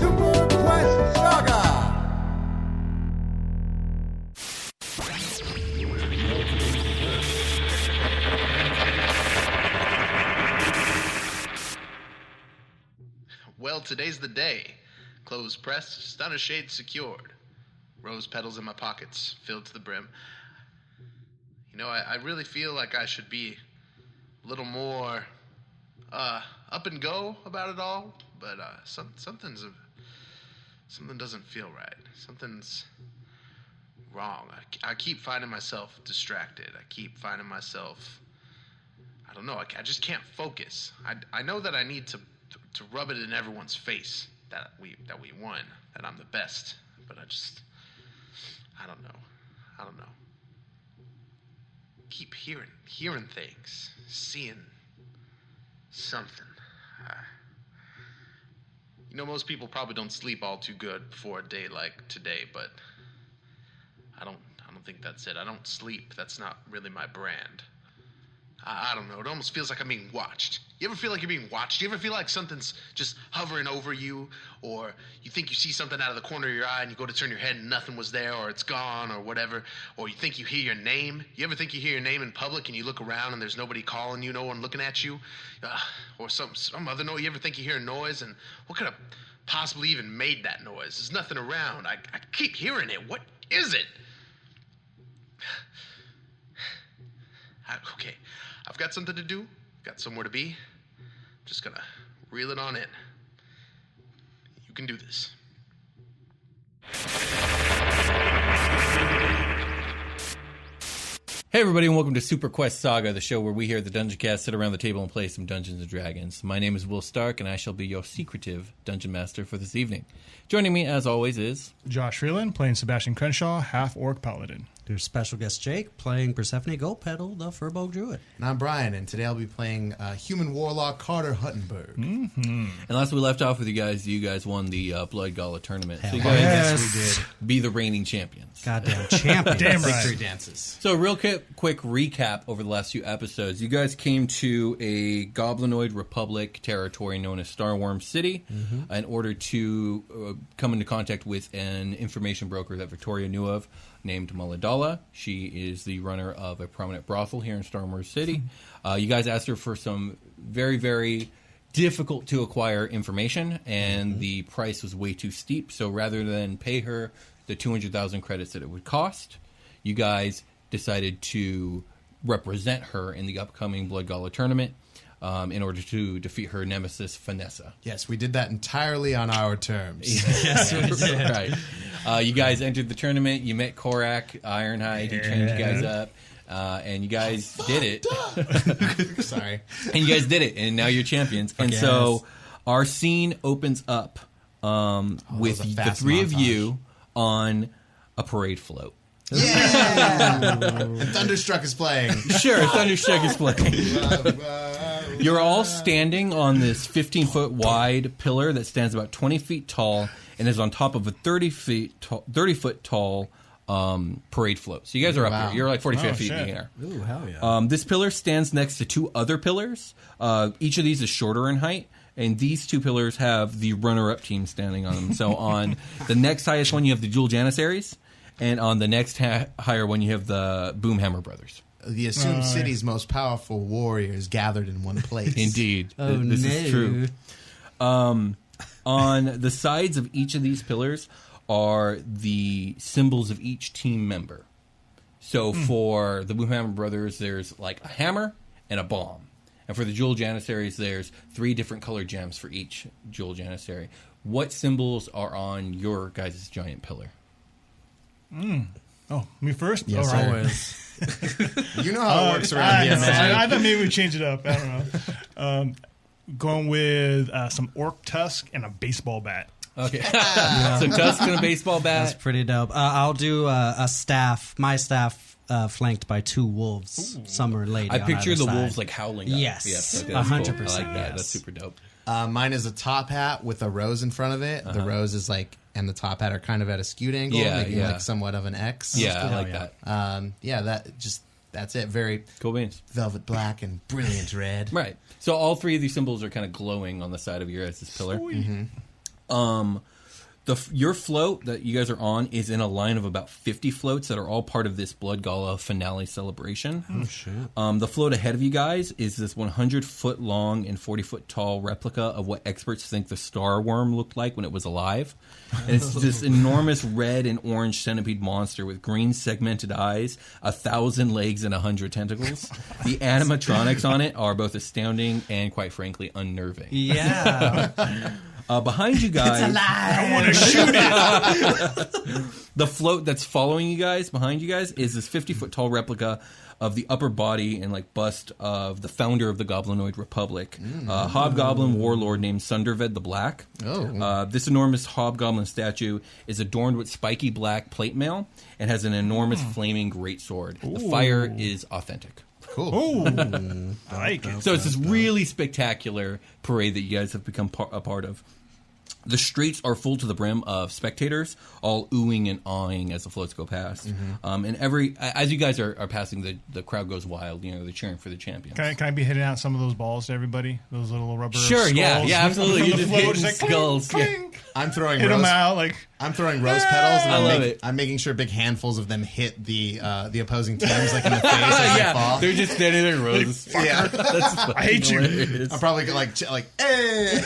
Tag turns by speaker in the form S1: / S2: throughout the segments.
S1: Super Quest Saga!
S2: Well, today's the day. Clothes pressed, stunner shade secured. Rose petals in my pockets, filled to the brim. You know, I, I really feel like I should be a little more uh, up and go about it all, but uh, some, something's a, something doesn't feel right. Something's wrong. I, I keep finding myself distracted. I keep finding myself I don't know. I, I just can't focus. I, I know that I need to, to rub it in everyone's face that we that we won, that I'm the best. But I just I don't know. I don't know. Keep hearing hearing things, seeing something. Uh, you know, most people probably don't sleep all too good before a day like today, but I don't. I don't think that's it. I don't sleep. That's not really my brand. I, I don't know. It almost feels like I'm being watched. You ever feel like you're being watched? You ever feel like something's just hovering over you, or you think you see something out of the corner of your eye and you go to turn your head and nothing was there, or it's gone, or whatever, or you think you hear your name? You ever think you hear your name in public and you look around and there's nobody calling you, no one looking at you, uh, or some some other noise? You ever think you hear a noise and what could have possibly even made that noise? There's nothing around. I, I keep hearing it. What is it? I, okay, I've got something to do, got somewhere to be. Just gonna reel it on in. You can do this.
S3: Hey everybody, and welcome to Super Quest Saga, the show where we here at the Dungeon Cast sit around the table and play some Dungeons and Dragons. My name is Will Stark, and I shall be your secretive dungeon master for this evening. Joining me, as always, is
S4: Josh Freeland playing Sebastian Crenshaw, half orc paladin.
S5: There's special guest Jake playing Persephone Goldpetal, the Furbolg Druid.
S6: And I'm Brian, and today I'll be playing uh, human warlock Carter Huttenberg.
S3: Hmm? and last we left off with you guys, you guys won the uh, Blood Gala tournament, so you
S5: Hell
S3: guys
S5: yes. Yes,
S3: be the reigning champions.
S5: Goddamn champion.
S4: Damn right.
S6: Victory dances.
S3: So, real quick, quick recap over the last few episodes. You guys came to a Goblinoid Republic territory known as Starworm City in order to uh, come into contact with an information broker that Victoria knew of named Muladala. She is the runner of a prominent brothel here in Starworm City. Uh, you guys asked her for some very, very difficult to acquire information, and the price was way too steep. So rather than pay her the 200,000 credits that it would cost, you guys decided to represent her in the upcoming Blood Gala tournament um, in order to defeat her nemesis, Vanessa.
S6: Yes, we did that entirely on our terms.
S3: Yes, right. Uh, you guys entered the tournament. You met Korak, Ironhide. He trained you guys up. Uh, and you guys did it.
S6: Sorry.
S3: and you guys did it, and now you're champions. And so our scene opens up um, with
S6: Oh, was a
S3: the
S6: fast
S3: three of
S6: montage.
S3: you on a parade float.
S6: And Thunderstruck is playing.
S3: Sure, Thunderstruck is playing.
S6: Wow.
S3: You're all standing on this 15 foot wide pillar that stands about 20 feet tall and is on top of a 30 feet tall, 30 foot tall um, parade float. So you guys are up
S6: Wow.
S3: there. You're like 45
S4: Oh,
S3: feet in
S4: shit.
S3: the air.
S5: Ooh, hell yeah.
S3: Um, this pillar stands next to two other pillars. Uh, each of these is shorter in height, and these two pillars have the runner-up team standing on them. So on the next highest one, you have the Jewel Janissaries, and on the next ha- higher one, you have the Boomhammer Brothers.
S6: The assumed
S5: Oh,
S6: city's most powerful warriors gathered in one place.
S3: Indeed, Th- this is true. Um, on the sides of each of these pillars are the symbols of each team member. So
S5: Hmm.
S3: for the Boomhammer Brothers, there's like a hammer and a bomb. And for the Jewel Janissaries, there's three different colored gems for each Jewel Janissary. What symbols are on your guys' giant pillar?
S4: Oh, me first?
S6: Yes,
S4: All right.
S6: sir.
S5: Always.
S6: You know how
S3: Uh,
S6: it works around
S4: I,
S6: here,
S4: know.
S6: man.
S4: I- I thought maybe we change it up. I don't know. Um, going with uh, some orc tusk and a baseball bat.
S3: Okay. so Tusk and a baseball
S5: That's
S3: bat.
S5: pretty dope. Uh, I'll do uh, a staff, my staff uh, flanked by two wolves, summer lady.
S3: I
S5: on
S3: picture
S5: either
S3: the
S5: side.
S3: wolves like howling. at us.
S5: Yes.
S3: Yes. okay,
S5: A
S3: that's cool.
S5: hundred percent,
S3: I like that.
S5: yes.
S3: That's super dope.
S6: Uh, mine is a top hat with a rose in front of it. The rose is like, and the top hat are kind of at a skewed angle,
S3: Uh-huh. Yeah,
S6: making
S3: yeah.
S6: like somewhat of an X.
S3: Yeah, I like
S5: yeah.
S3: that.
S6: Um, yeah, that just, that's it. Very
S3: Cool beans.
S6: velvet black and brilliant red.
S3: Right. So all three of these symbols are kind of glowing on the side of your guys' pillar. The f- your float that you guys are on is in a line of about fifty floats that are all part of this Blood Gala finale celebration. Oh shit! Um, the float ahead of you guys is this one hundred foot long and forty foot tall replica of what experts think the star worm looked like when it was alive. And it's this enormous red and orange centipede monster with green segmented eyes, a thousand legs, and a hundred tentacles. the animatronics on it are both astounding and, quite frankly, unnerving.
S5: Yeah.
S3: Uh, behind you guys, the float that's following you guys behind you guys is this 50 foot tall replica of the upper body and like bust of the founder of the goblinoid republic uh, hobgoblin warlord named sunderved the black
S6: Oh.
S3: uh, this enormous hobgoblin statue is adorned with spiky black plate mail and has an enormous flaming greatsword the fire is authentic
S6: Cool.
S4: Ooh, I like it.
S3: so it's this really spectacular parade that you guys have become par- a part of. The streets are full to the brim of spectators, all oohing and awing as the floats go past.
S4: Mm-hmm.
S3: Um, and every a- as you guys are, are passing, the, the crowd goes wild. You know, they're cheering for the champions.
S4: Can I, can I be hitting out some of those balls to everybody? Those little rubber
S3: Sure, yeah,
S4: skulls
S3: yeah, absolutely.
S4: from
S3: You're
S4: the
S3: just
S4: float,
S3: hitting
S4: like,
S3: skulls.
S4: clink,
S3: yeah.
S4: clink.
S6: I'm throwing
S4: Hit
S6: rose.
S4: them out like
S6: I'm throwing rose petals. And
S3: I
S6: I'm
S3: love
S6: mak-
S3: it.
S6: I'm making sure big handfuls of them hit the uh, the opposing teams like in the face as they
S3: Yeah,
S6: fall.
S3: they're just standing there, roses.
S6: yeah,
S4: I hate you.
S6: I'm probably gonna, like ch- like eh.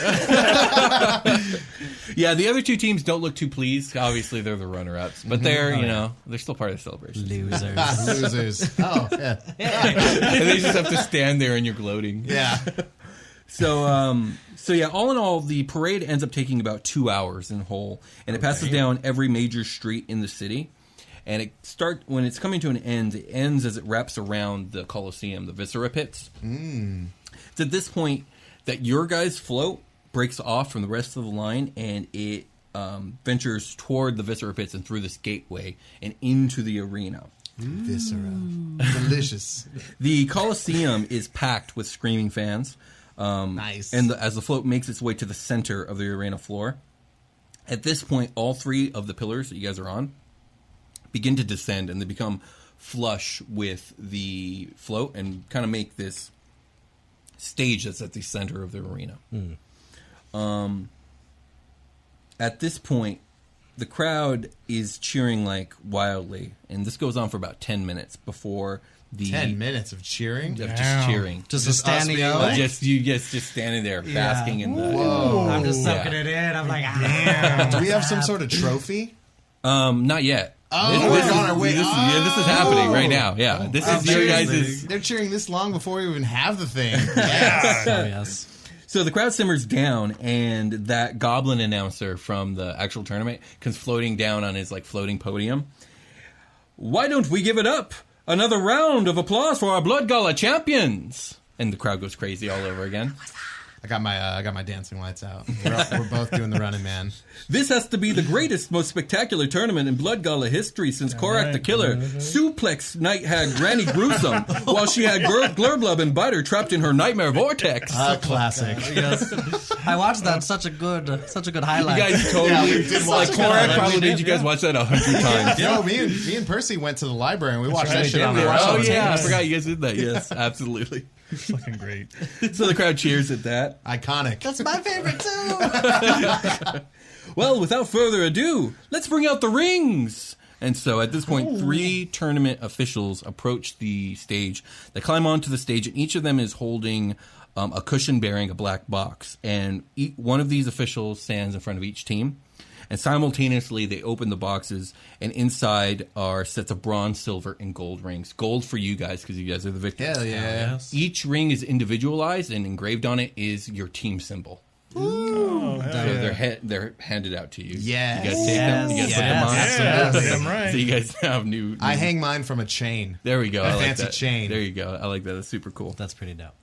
S3: Yeah, the other two teams don't look too pleased. Obviously, they're the runner-ups,
S4: Mm-hmm.
S3: but they're
S4: Oh,
S3: you know they're still part of the celebration.
S5: Losers.
S6: losers. Oh yeah,
S3: and they just have to stand there and you're gloating.
S6: yeah.
S3: So, um, so yeah, all in all, the parade ends up taking about two hours in whole, and it passes down every major street in the city. And it start when it's coming to an end. It ends as it wraps around the Colosseum, the viscera pits. Mm. It's at this point that your guys' float breaks off from the rest of the line, and it um, ventures toward the viscera pits and through this gateway and into the arena.
S6: Viscera, delicious.
S3: The Coliseum is packed with screaming fans. Um,
S6: Nice.
S3: And the, as the float makes its way to the center of the arena floor, at this point, all three of the pillars that you guys are on begin to descend and they become flush with the float and kind of make this stage that's at the center of the arena. Um, at this point, the crowd is cheering like wildly, and this goes on for about 10 minutes before the
S6: Ten minutes of cheering.
S3: of
S4: Wow.
S3: just cheering. Just,
S5: Just, a
S6: Just us
S5: standing
S6: being
S5: O.
S6: like-
S3: just you just just standing there
S5: Yeah.
S3: basking in the
S5: I'm just
S3: Yeah.
S5: sucking it in. I'm like, ah.
S6: Do we have some sort of trophy?
S3: um not yet.
S6: Oh,
S3: this,
S6: we're
S3: this is,
S6: on our way.
S3: This, is- yeah, this is happening
S6: oh.
S3: right now. Yeah. this is your guys'
S6: They're cheering this long before we even have the thing. Yes.
S5: Oh, yes.
S3: So the crowd simmers down, and that goblin announcer from the actual tournament comes floating down on his like floating podium. Why don't we give it up? Another round of applause for our Blood Gala champions! And the crowd goes crazy all over again.
S6: I got my uh, I got my dancing lights out. We're, we're both doing the running man.
S3: This has to be the greatest, most spectacular tournament in Blood Gala history since Korak the Killer suplex Night had Granny Gruesome while she had Glur- Glurblub and Biter trapped in her nightmare vortex.
S6: A classic.
S5: Yes. I watched that. Such a good, such a good highlight.
S3: you guys totally
S6: did
S3: like
S6: watch
S3: Korak
S6: that.
S3: probably did. You guys watch that a hundred times.
S6: Yo, me and me and Percy went to the library and we watched
S4: right,
S6: that shit on
S4: we
S6: our
S4: did.
S3: Oh
S6: own.
S3: yeah, I forgot you guys did that. Yes, absolutely.
S4: It's looking great.
S3: So the crowd cheers at that.
S6: Iconic.
S5: That's my favorite too.
S3: Well, without further ado, let's bring out the rings. And so at this point, three tournament officials approach the stage. They climb onto the stage, and each of them is holding um, a cushion bearing a black box, and each, one of these officials stands in front of each team. And simultaneously, they open the boxes, and inside are sets of bronze, silver, and gold rings. Gold for you guys because you guys are the victims.
S5: Oh,
S6: Hell yeah.
S7: Yes.
S3: Each ring is individualized, and engraved on it is your team symbol.
S4: Oh,
S3: so they're ha- they're handed out to you.
S6: Yes.
S3: you guys take them. You guys
S5: Yes.
S3: put them on.
S4: Yeah,
S6: Yes.
S4: damn right.
S3: So you guys have new.
S6: I
S3: new-
S6: hang mine from a chain.
S3: There we go. I like
S6: fancy
S3: that.
S6: chain.
S3: There you go. I like that. That's super cool.
S5: That's pretty dope.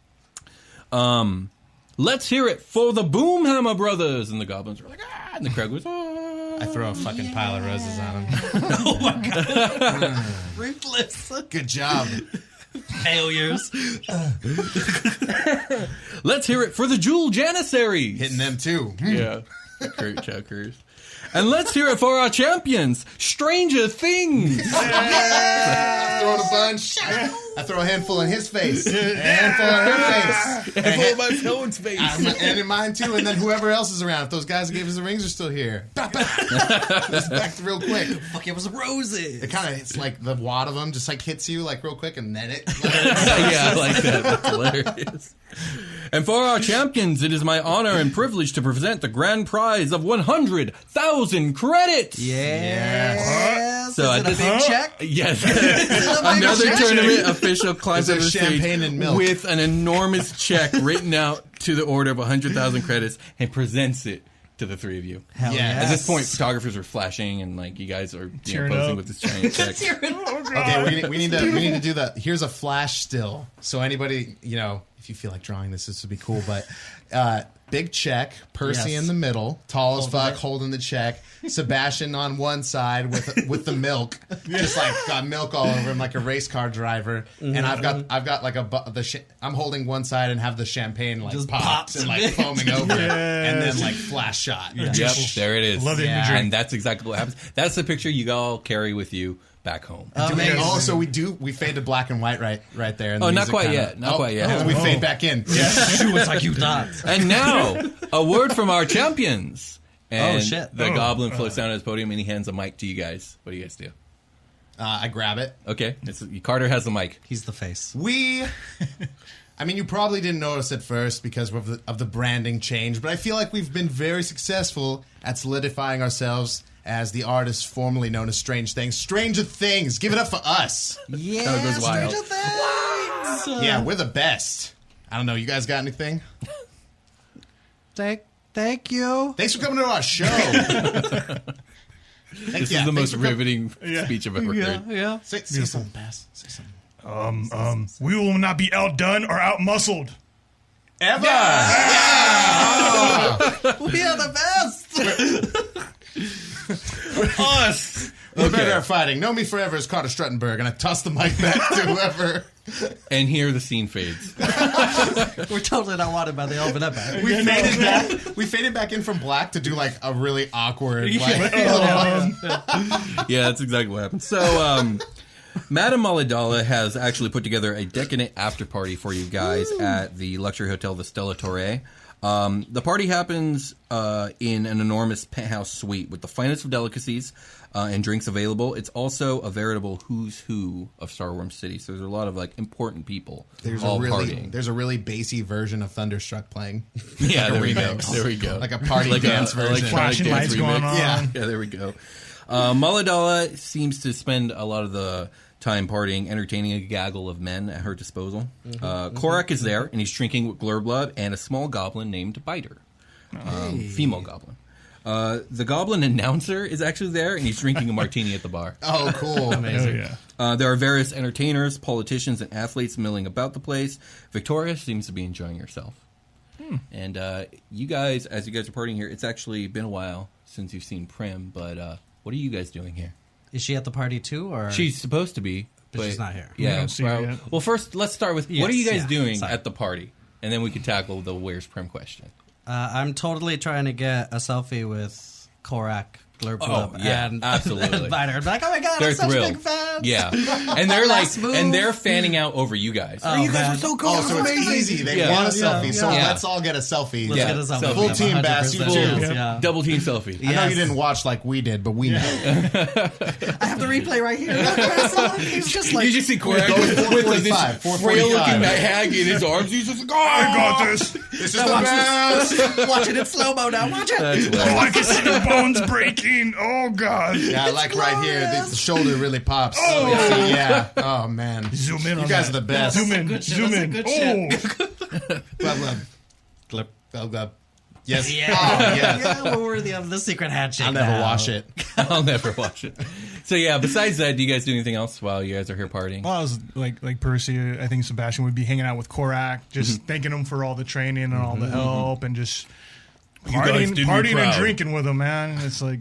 S3: Let's hear it for the Boomhammer Brothers. And the goblins were like, ah, and the crowd was, ah.
S6: I throw a fucking pile of roses on him.
S5: Oh, Ruthless
S6: Good job.
S5: failures.
S3: Let's hear it for the Jewel Janissaries.
S6: Hitting them too.
S3: Yeah. Kurt Chuckers. And let's hear it for our champions, Stranger Things.
S6: I throw a bunch. I throw a handful in his face. A handful in her face.
S3: Hold my phone's face.
S6: I'm- and in mine too, and then whoever else is around. If those guys who gave us the rings are still here, Bah, bah. just back real quick.
S5: Fuck, it was roses.
S6: It kind of it's like the wad of them just like hits you like real quick, and then it.
S3: yeah, I like that. That's hilarious. And for our champions, it is my honor and privilege to present the grand prize of 100,000 credits.
S5: Yes.
S3: So
S5: is
S3: I
S5: it
S3: just-
S5: a big check?
S3: Yes. Another tournament official climbs
S6: Is there
S3: over the stage
S6: champagne and milk?
S3: with an enormous check written out to the order of 100,000 credits and presents it to the three of you.
S5: Hell
S6: Yeah.
S3: At this point, photographers are flashing and like you guys are you know,
S4: Cheering
S3: posing
S4: up.
S3: with this giant check.
S6: Okay, we need, we need to we need to do the here's a flash still. So anybody, you know, if you feel like drawing this, this would be cool. But uh, big check, Percy
S5: Yes.
S6: in the middle, tall as fuck,
S5: it.
S6: holding the check. Sebastian on one side with with the milk, just like got milk all over him, like a race car driver. And I've got I've got like a bu- the sh- I'm holding one side and have the champagne like
S5: Just
S6: popped
S5: pops
S6: and
S5: a
S6: like
S5: bit.
S6: foaming over, and then like flash shot.
S3: Yep, there it is.
S4: Love the
S6: Yeah.
S4: imagery.
S3: And that's exactly what happens. That's the picture you all carry with you back home.
S6: Do we,
S5: Amazing.
S6: oh, so we do. We fade to black and white right, right there. and the
S3: Oh, not
S6: music
S3: quite
S6: kinda-
S3: yet, not
S6: oh,
S3: quite yet.
S6: oh, we fade back in.
S5: She was like, you not.
S3: And now, a word from our champions. And
S5: shit.
S3: The
S4: Oh,
S3: goblin floats down to his podium and he hands a mic to you guys. What do you guys do?
S6: Uh, I grab it.
S3: Okay, it's, Carter has the mic.
S5: He's the face.
S6: We. I mean, you probably didn't notice at first because of the, of the branding change, but I feel like we've been very successful at solidifying ourselves as the artists formerly known as Strange Things. Stranger Things, give it up for us.
S5: Yeah.
S3: goes wild.
S6: yeah, we're the best. I don't know. You guys got anything?
S5: Thank, thank you.
S6: Thanks for coming to our show. Thank
S3: This
S6: yeah,
S3: is the
S6: thanks
S3: most
S6: for com-
S3: riveting
S4: Yeah.
S3: speech I've ever heard.
S5: Yeah, yeah.
S6: Say, say something, Bass. Say something.
S4: Um, um, we will not be outdone or outmuscled.
S6: Ever.
S5: We are the best.
S3: Us!
S6: We're
S3: Okay.
S6: better at fighting. Know me forever is Carter Struttenberg, and I toss the mic back to whoever.
S3: And here the scene fades.
S5: We're totally not wanted by the elven empire.
S6: We faded back. We faded back in from black to do like a really awkward. Like,
S3: yeah, that's exactly what happened. So, um, Madame Maladala has actually put together a decadent after party for you guys at the luxury hotel, the Stella Torre. Um, the party happens uh, in an enormous penthouse suite with the finest of delicacies uh, and drinks available. It's also a veritable who's who of Star Wars City. So there's a lot of like important people
S6: there's a
S3: all
S6: really
S3: partying.
S6: there's a really bassy version of Thunderstruck playing.
S3: yeah, there
S6: a
S3: we go.
S6: remix.
S3: There we go.
S6: Like a party dance version.
S3: electronic
S4: Flashing
S3: dance
S4: lights going
S3: remix.
S4: on.
S6: Yeah.
S3: Yeah, there we go. Uh, Maladala seems to spend a lot of the time partying, entertaining a gaggle of men at her disposal.
S6: Mm-hmm,
S3: uh, Korak is there, and he's drinking with Glurblood and a small goblin named Biter, um, female goblin. Uh, the goblin announcer is actually there, and he's drinking a martini at the bar.
S6: Oh, cool!
S4: Oh, yeah.
S3: Uh, there are various entertainers, politicians, and athletes milling about the place. Victoria seems to be enjoying herself.
S5: Hmm.
S3: And uh, you guys, as you guys are partying here, it's actually been a while since you've seen Prim, but uh, what are you guys doing here?
S5: Is she at the party too, or
S3: She's supposed to be,
S5: But she's not here.
S3: Yeah.
S4: We don't see her
S3: well,
S4: yet.
S3: well, first, let's start with what
S5: Yes,
S3: are you guys
S5: yeah,
S3: doing
S5: sorry.
S3: at the party? And then we can tackle the where's Prim question.
S5: Uh, I'm totally trying to get a selfie with Korak Glurp
S3: Oh,
S5: Glub
S3: yeah,
S5: and,
S3: absolutely.
S5: and Viner. I'd be like, oh my god,
S3: They're
S5: I'm such
S3: thrilled.
S5: a big fan.
S3: Yeah, and they're like,
S5: Last move.
S3: and they're fanning out over you guys.
S5: Oh,
S3: you guys
S5: man.
S3: are so cool.
S6: Oh, so it's easy. They
S3: Yeah.
S6: want a
S5: Yeah,
S6: selfie,
S5: yeah.
S6: so
S3: Yeah.
S6: let's all get a selfie.
S5: Let's
S3: Yeah.
S5: get us up.
S3: So-
S5: to
S3: Full
S5: them,
S6: team, Bass,
S5: 100%.
S6: you too.
S5: Yeah.
S3: Double team selfie.
S6: I know you
S5: Yes.
S6: didn't watch like we did, but we know.
S5: I have the replay right here. He's just like,
S3: you just see Korak
S6: Those
S3: with, with like this
S6: 445, 445.
S3: frail looking hag in his arms. He's just like, oh,
S4: I got this.
S6: This is the best.
S5: watch it in slow mo now. Watch it.
S4: Oh, I can see your bones breaking. Oh God.
S6: Yeah, I like right here, the, the shoulder really pops.
S4: Oh.
S6: yeah. Oh man,
S4: Zoom in.
S6: You
S4: on
S6: guys
S4: that.
S6: are the best.
S4: Zoom in.
S5: That's a good shit.
S4: Zoom
S5: That's a
S4: in.
S5: good
S4: oh,
S6: Glub, glub.
S5: Glurp.
S6: Glub, glub. Yes.
S5: Yeah.
S6: Oh,
S5: yeah.
S6: yes.
S5: we're worthy of the secret handshake.
S6: I'll never
S5: now.
S6: wash it.
S3: I'll never watch it. So yeah. Besides that, do you guys do anything else while you guys are here partying?
S4: Well, I was like like Percy. I think Sebastian would be hanging out with Korak, just thanking him for all the training and all the help, and just
S3: guys
S4: Mm-hmm, partying,
S3: did me
S4: partying and
S3: proud.
S4: drinking with him, man. It's like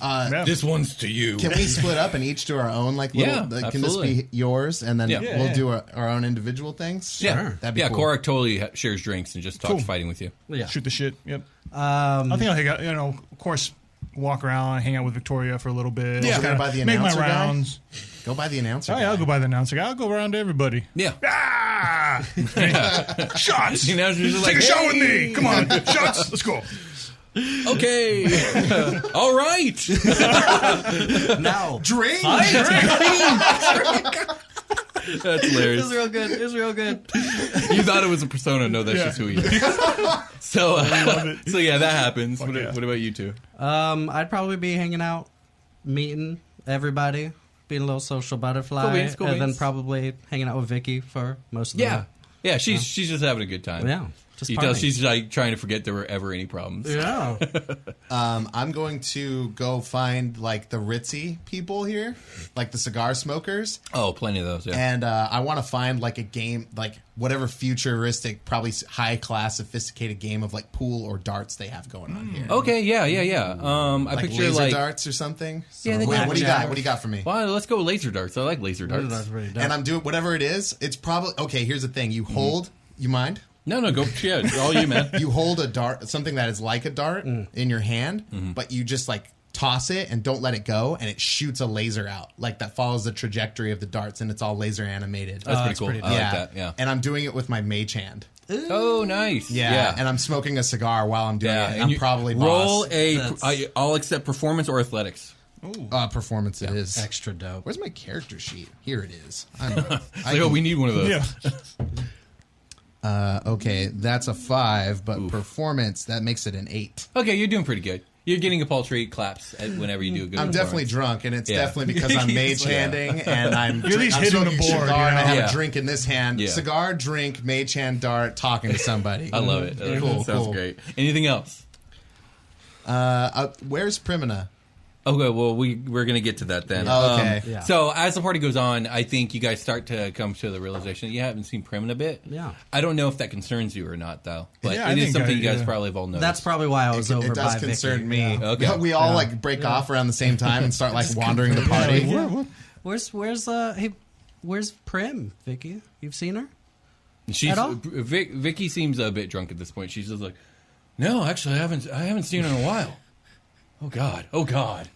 S6: Uh,
S4: yeah.
S3: This one's to you.
S6: Can we split up and each do our own? Like, little,
S3: Yeah,
S6: like, can this
S3: absolutely.
S6: be yours? And then
S3: Yeah.
S6: we'll
S3: Yeah,
S4: yeah.
S6: do our, our own individual things.
S3: yeah,
S6: that'd be
S3: yeah.
S6: cool.
S3: Korak totally ha- shares drinks and just talks
S4: Cool.
S3: fighting with you.
S5: Yeah.
S4: shoot the shit. Yep.
S5: Um,
S4: I think I'll hang out. You know, of course, walk around, hang out with Victoria for a little bit.
S6: Yeah.
S4: Just
S6: Go
S4: kinda
S6: by the
S4: make my
S6: announcer guy?
S4: rounds.
S6: Go by the announcer.
S4: Oh yeah, I'll go by the announcer. I'll go around to everybody.
S3: Yeah.
S4: Ah! Shots.
S3: The announcer's just
S4: Take a
S3: like,
S4: shot with me. Come on, shots. Let's go.
S3: Okay. All right.
S5: now.
S6: Drink.
S3: That's
S5: It was
S3: hilarious.
S5: real good. It was real good.
S3: You thought it was a persona. No, that's
S4: Yeah.
S3: just who he is. So, uh,
S4: it.
S3: so yeah, that happens. What,
S4: yeah.
S3: what about you two?
S5: Um, I'd probably be hanging out, meeting everybody, being a little social butterfly,
S3: Cool beans, cool
S5: and then
S3: beans.
S5: probably hanging out with Vicky for most of
S3: Yeah. Yeah, she's she's just having a good
S5: the
S3: time.
S5: Uh-huh. yeah. Just
S3: You tell
S5: partying.
S3: she's like trying to forget there were ever any problems.
S5: yeah.
S6: Um, I'm going to go find like the ritzy people here, like the cigar smokers,
S3: Oh, plenty of those. Yeah.
S6: and uh, I want to find like a game, like whatever futuristic, probably high class, sophisticated game of like pool or darts they have going on here.
S3: okay. Yeah. Yeah. Yeah. Um, I
S6: like
S3: picture
S6: laser
S3: like.
S6: darts or something.
S3: Yeah, they
S6: Wait,
S3: got
S6: what do you
S5: blackjack.
S6: got? What do you got for me?
S3: Well, let's go with laser darts. I like laser darts.
S5: That's pretty dope.
S6: And I'm doing whatever it is. It's probably okay. Here's the thing: you
S3: Mm-hmm.
S6: hold. You mind?
S3: No, no, go. Yeah, it's all you, man.
S6: You hold a dart, something that is like a dart,
S3: Mm.
S6: in your hand,
S3: Mm-hmm.
S6: but you just like toss it and don't let it go, and it shoots a laser out, like that follows the trajectory of the darts, and it's all laser animated.
S3: That's pretty cool.
S5: pretty
S3: I like that. Yeah.
S6: And I'm doing it with my mage hand.
S3: oh, nice.
S6: Yeah.
S3: yeah.
S6: And I'm smoking a cigar while I'm doing
S3: yeah.
S6: it.
S3: and
S6: I'm
S3: you-
S6: probably
S3: roll
S6: boss.
S3: a.
S5: That's-
S3: I, I'll accept performance or athletics.
S6: uh, performance. It is.
S5: extra dope.
S6: Where's my character sheet? Here it is. I'm, I
S3: Like, oh,
S6: can-
S3: we need one of those.
S4: Yeah.
S6: uh, okay, that's a five, but performance that makes it an eight.
S3: Okay, you're doing pretty good. You're getting a paltry claps at whenever you do a good.
S6: I'm definitely
S3: performance.
S6: drunk, and it's
S3: Yeah.
S6: definitely because I'm mage handing, and I'm
S4: You're at least
S6: I'm
S4: hitting the
S6: smoking
S4: board,
S6: cigar, and I
S4: you
S6: have
S3: know?
S6: a
S3: Yeah.
S6: drink in this hand.
S3: Yeah.
S6: Cigar, drink, mage hand, dart, talking to somebody.
S3: I love it. I like
S6: Cool,
S3: it. Mm-hmm. Sounds
S6: cool.
S3: great. Anything else?
S6: Uh, uh, where's Primina?
S3: Okay, well we we're gonna get to that then.
S6: Oh, okay.
S3: Um,
S5: Yeah.
S3: So as the party goes on, I think you guys start to come to the realization that you haven't seen Prim in a bit.
S5: Yeah.
S3: I don't know if that concerns you or not though, but
S4: Yeah, I
S3: it is
S4: think
S3: something
S4: I-
S3: you guys
S4: yeah.
S3: probably have all noticed.
S5: That's probably why I was over
S6: it does
S5: by Vicky.
S6: concern me.
S5: Yeah.
S3: Okay.
S6: We all like break off around the same time and start like wandering the party.
S4: What- what-
S5: Where's where's uh hey where's Prim, Vicky? You've seen her?
S3: She's,
S5: At all?
S3: Vic, Vicky seems a bit drunk at this point. She's just like, "No, actually, I haven't. I haven't seen her in a while. Oh God. Oh God.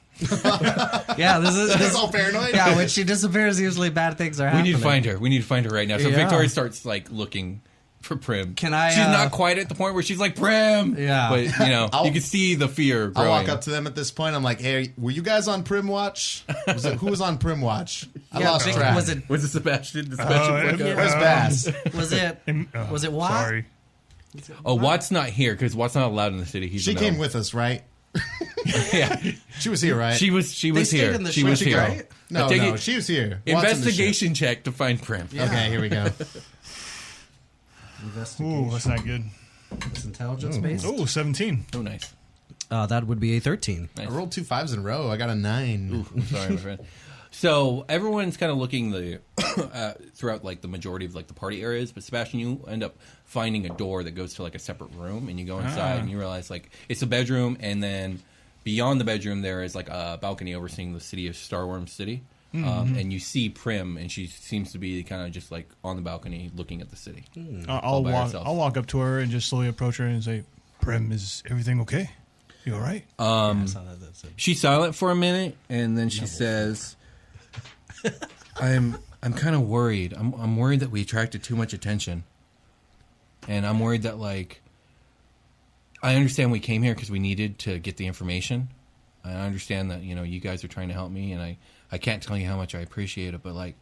S5: Yeah, this is
S6: It's all paranoid.
S5: Yeah, when she disappears, usually bad things are
S3: We
S5: happening.
S3: need to find her. We need to find her right now." So
S5: Yeah.
S3: Victoria starts like looking for Prim.
S5: Can I,
S3: She's
S5: uh,
S3: not quite at the point where she's like Prim.
S5: Yeah.
S3: But you know,
S6: I'll-
S3: you can see the fear.
S6: I
S3: Growing.
S6: walk up to them at this point. I'm like, "Hey, were you guys on Prim Watch? Was it, who was on Prim Watch? I
S5: Yeah,
S6: lost
S5: Vic-
S6: track.
S5: Was it
S3: Was it Sebastian?
S5: Oh,
S3: Did Sebastian
S4: Uh,
S3: flick up?
S6: Where's
S4: um,
S6: Bass?
S5: was it
S4: and- uh,
S5: was it Watt?
S4: Sorry.
S3: Oh, Watt's not here because Watt's not allowed in the city. He's
S6: She
S3: an
S6: came
S3: elf.
S6: with us, right?
S3: Yeah,
S6: She was here, right?
S3: she was. She
S5: They
S3: was
S5: stayed
S3: here.
S5: in the
S3: she
S5: ship,
S3: was here.
S5: right?
S6: no,
S3: I take
S6: no,
S3: it-
S6: she was here. Watson was here.
S3: investigation check to find Prim.
S6: Okay, here we go.
S4: Ooh, that's not good.
S5: It's intelligence based.
S4: Ooh, 17.
S3: Oh, nice.
S5: Uh, that would be a thirteen.
S6: I rolled two fives in a row. I got a nine.
S3: I'm sorry, my friend. So everyone's kind of looking the uh, throughout like the majority of like the party areas, but Sebastian, you end up finding a door that goes to like a separate room, and you go inside and you realize like it's a bedroom, and then beyond the bedroom there is like a balcony overseeing the city of Starworm City, um, and you see Prim, and she seems to be kind of just like on the balcony looking at the city.
S4: Uh, I'll
S3: by
S4: walk.
S3: herself.
S4: I'll walk up to her and just slowly approach her and say, "Prem, is everything okay?" You all right?
S5: I saw that, that's it.
S3: She's silent for a minute, and then she says, "I'm I'm kind of worried. I'm I'm worried that we attracted too much attention, and I'm worried that like I understand we came here because we needed to get the information. I understand that you know you guys are trying to help me, and I I can't tell you how much I appreciate it, but like."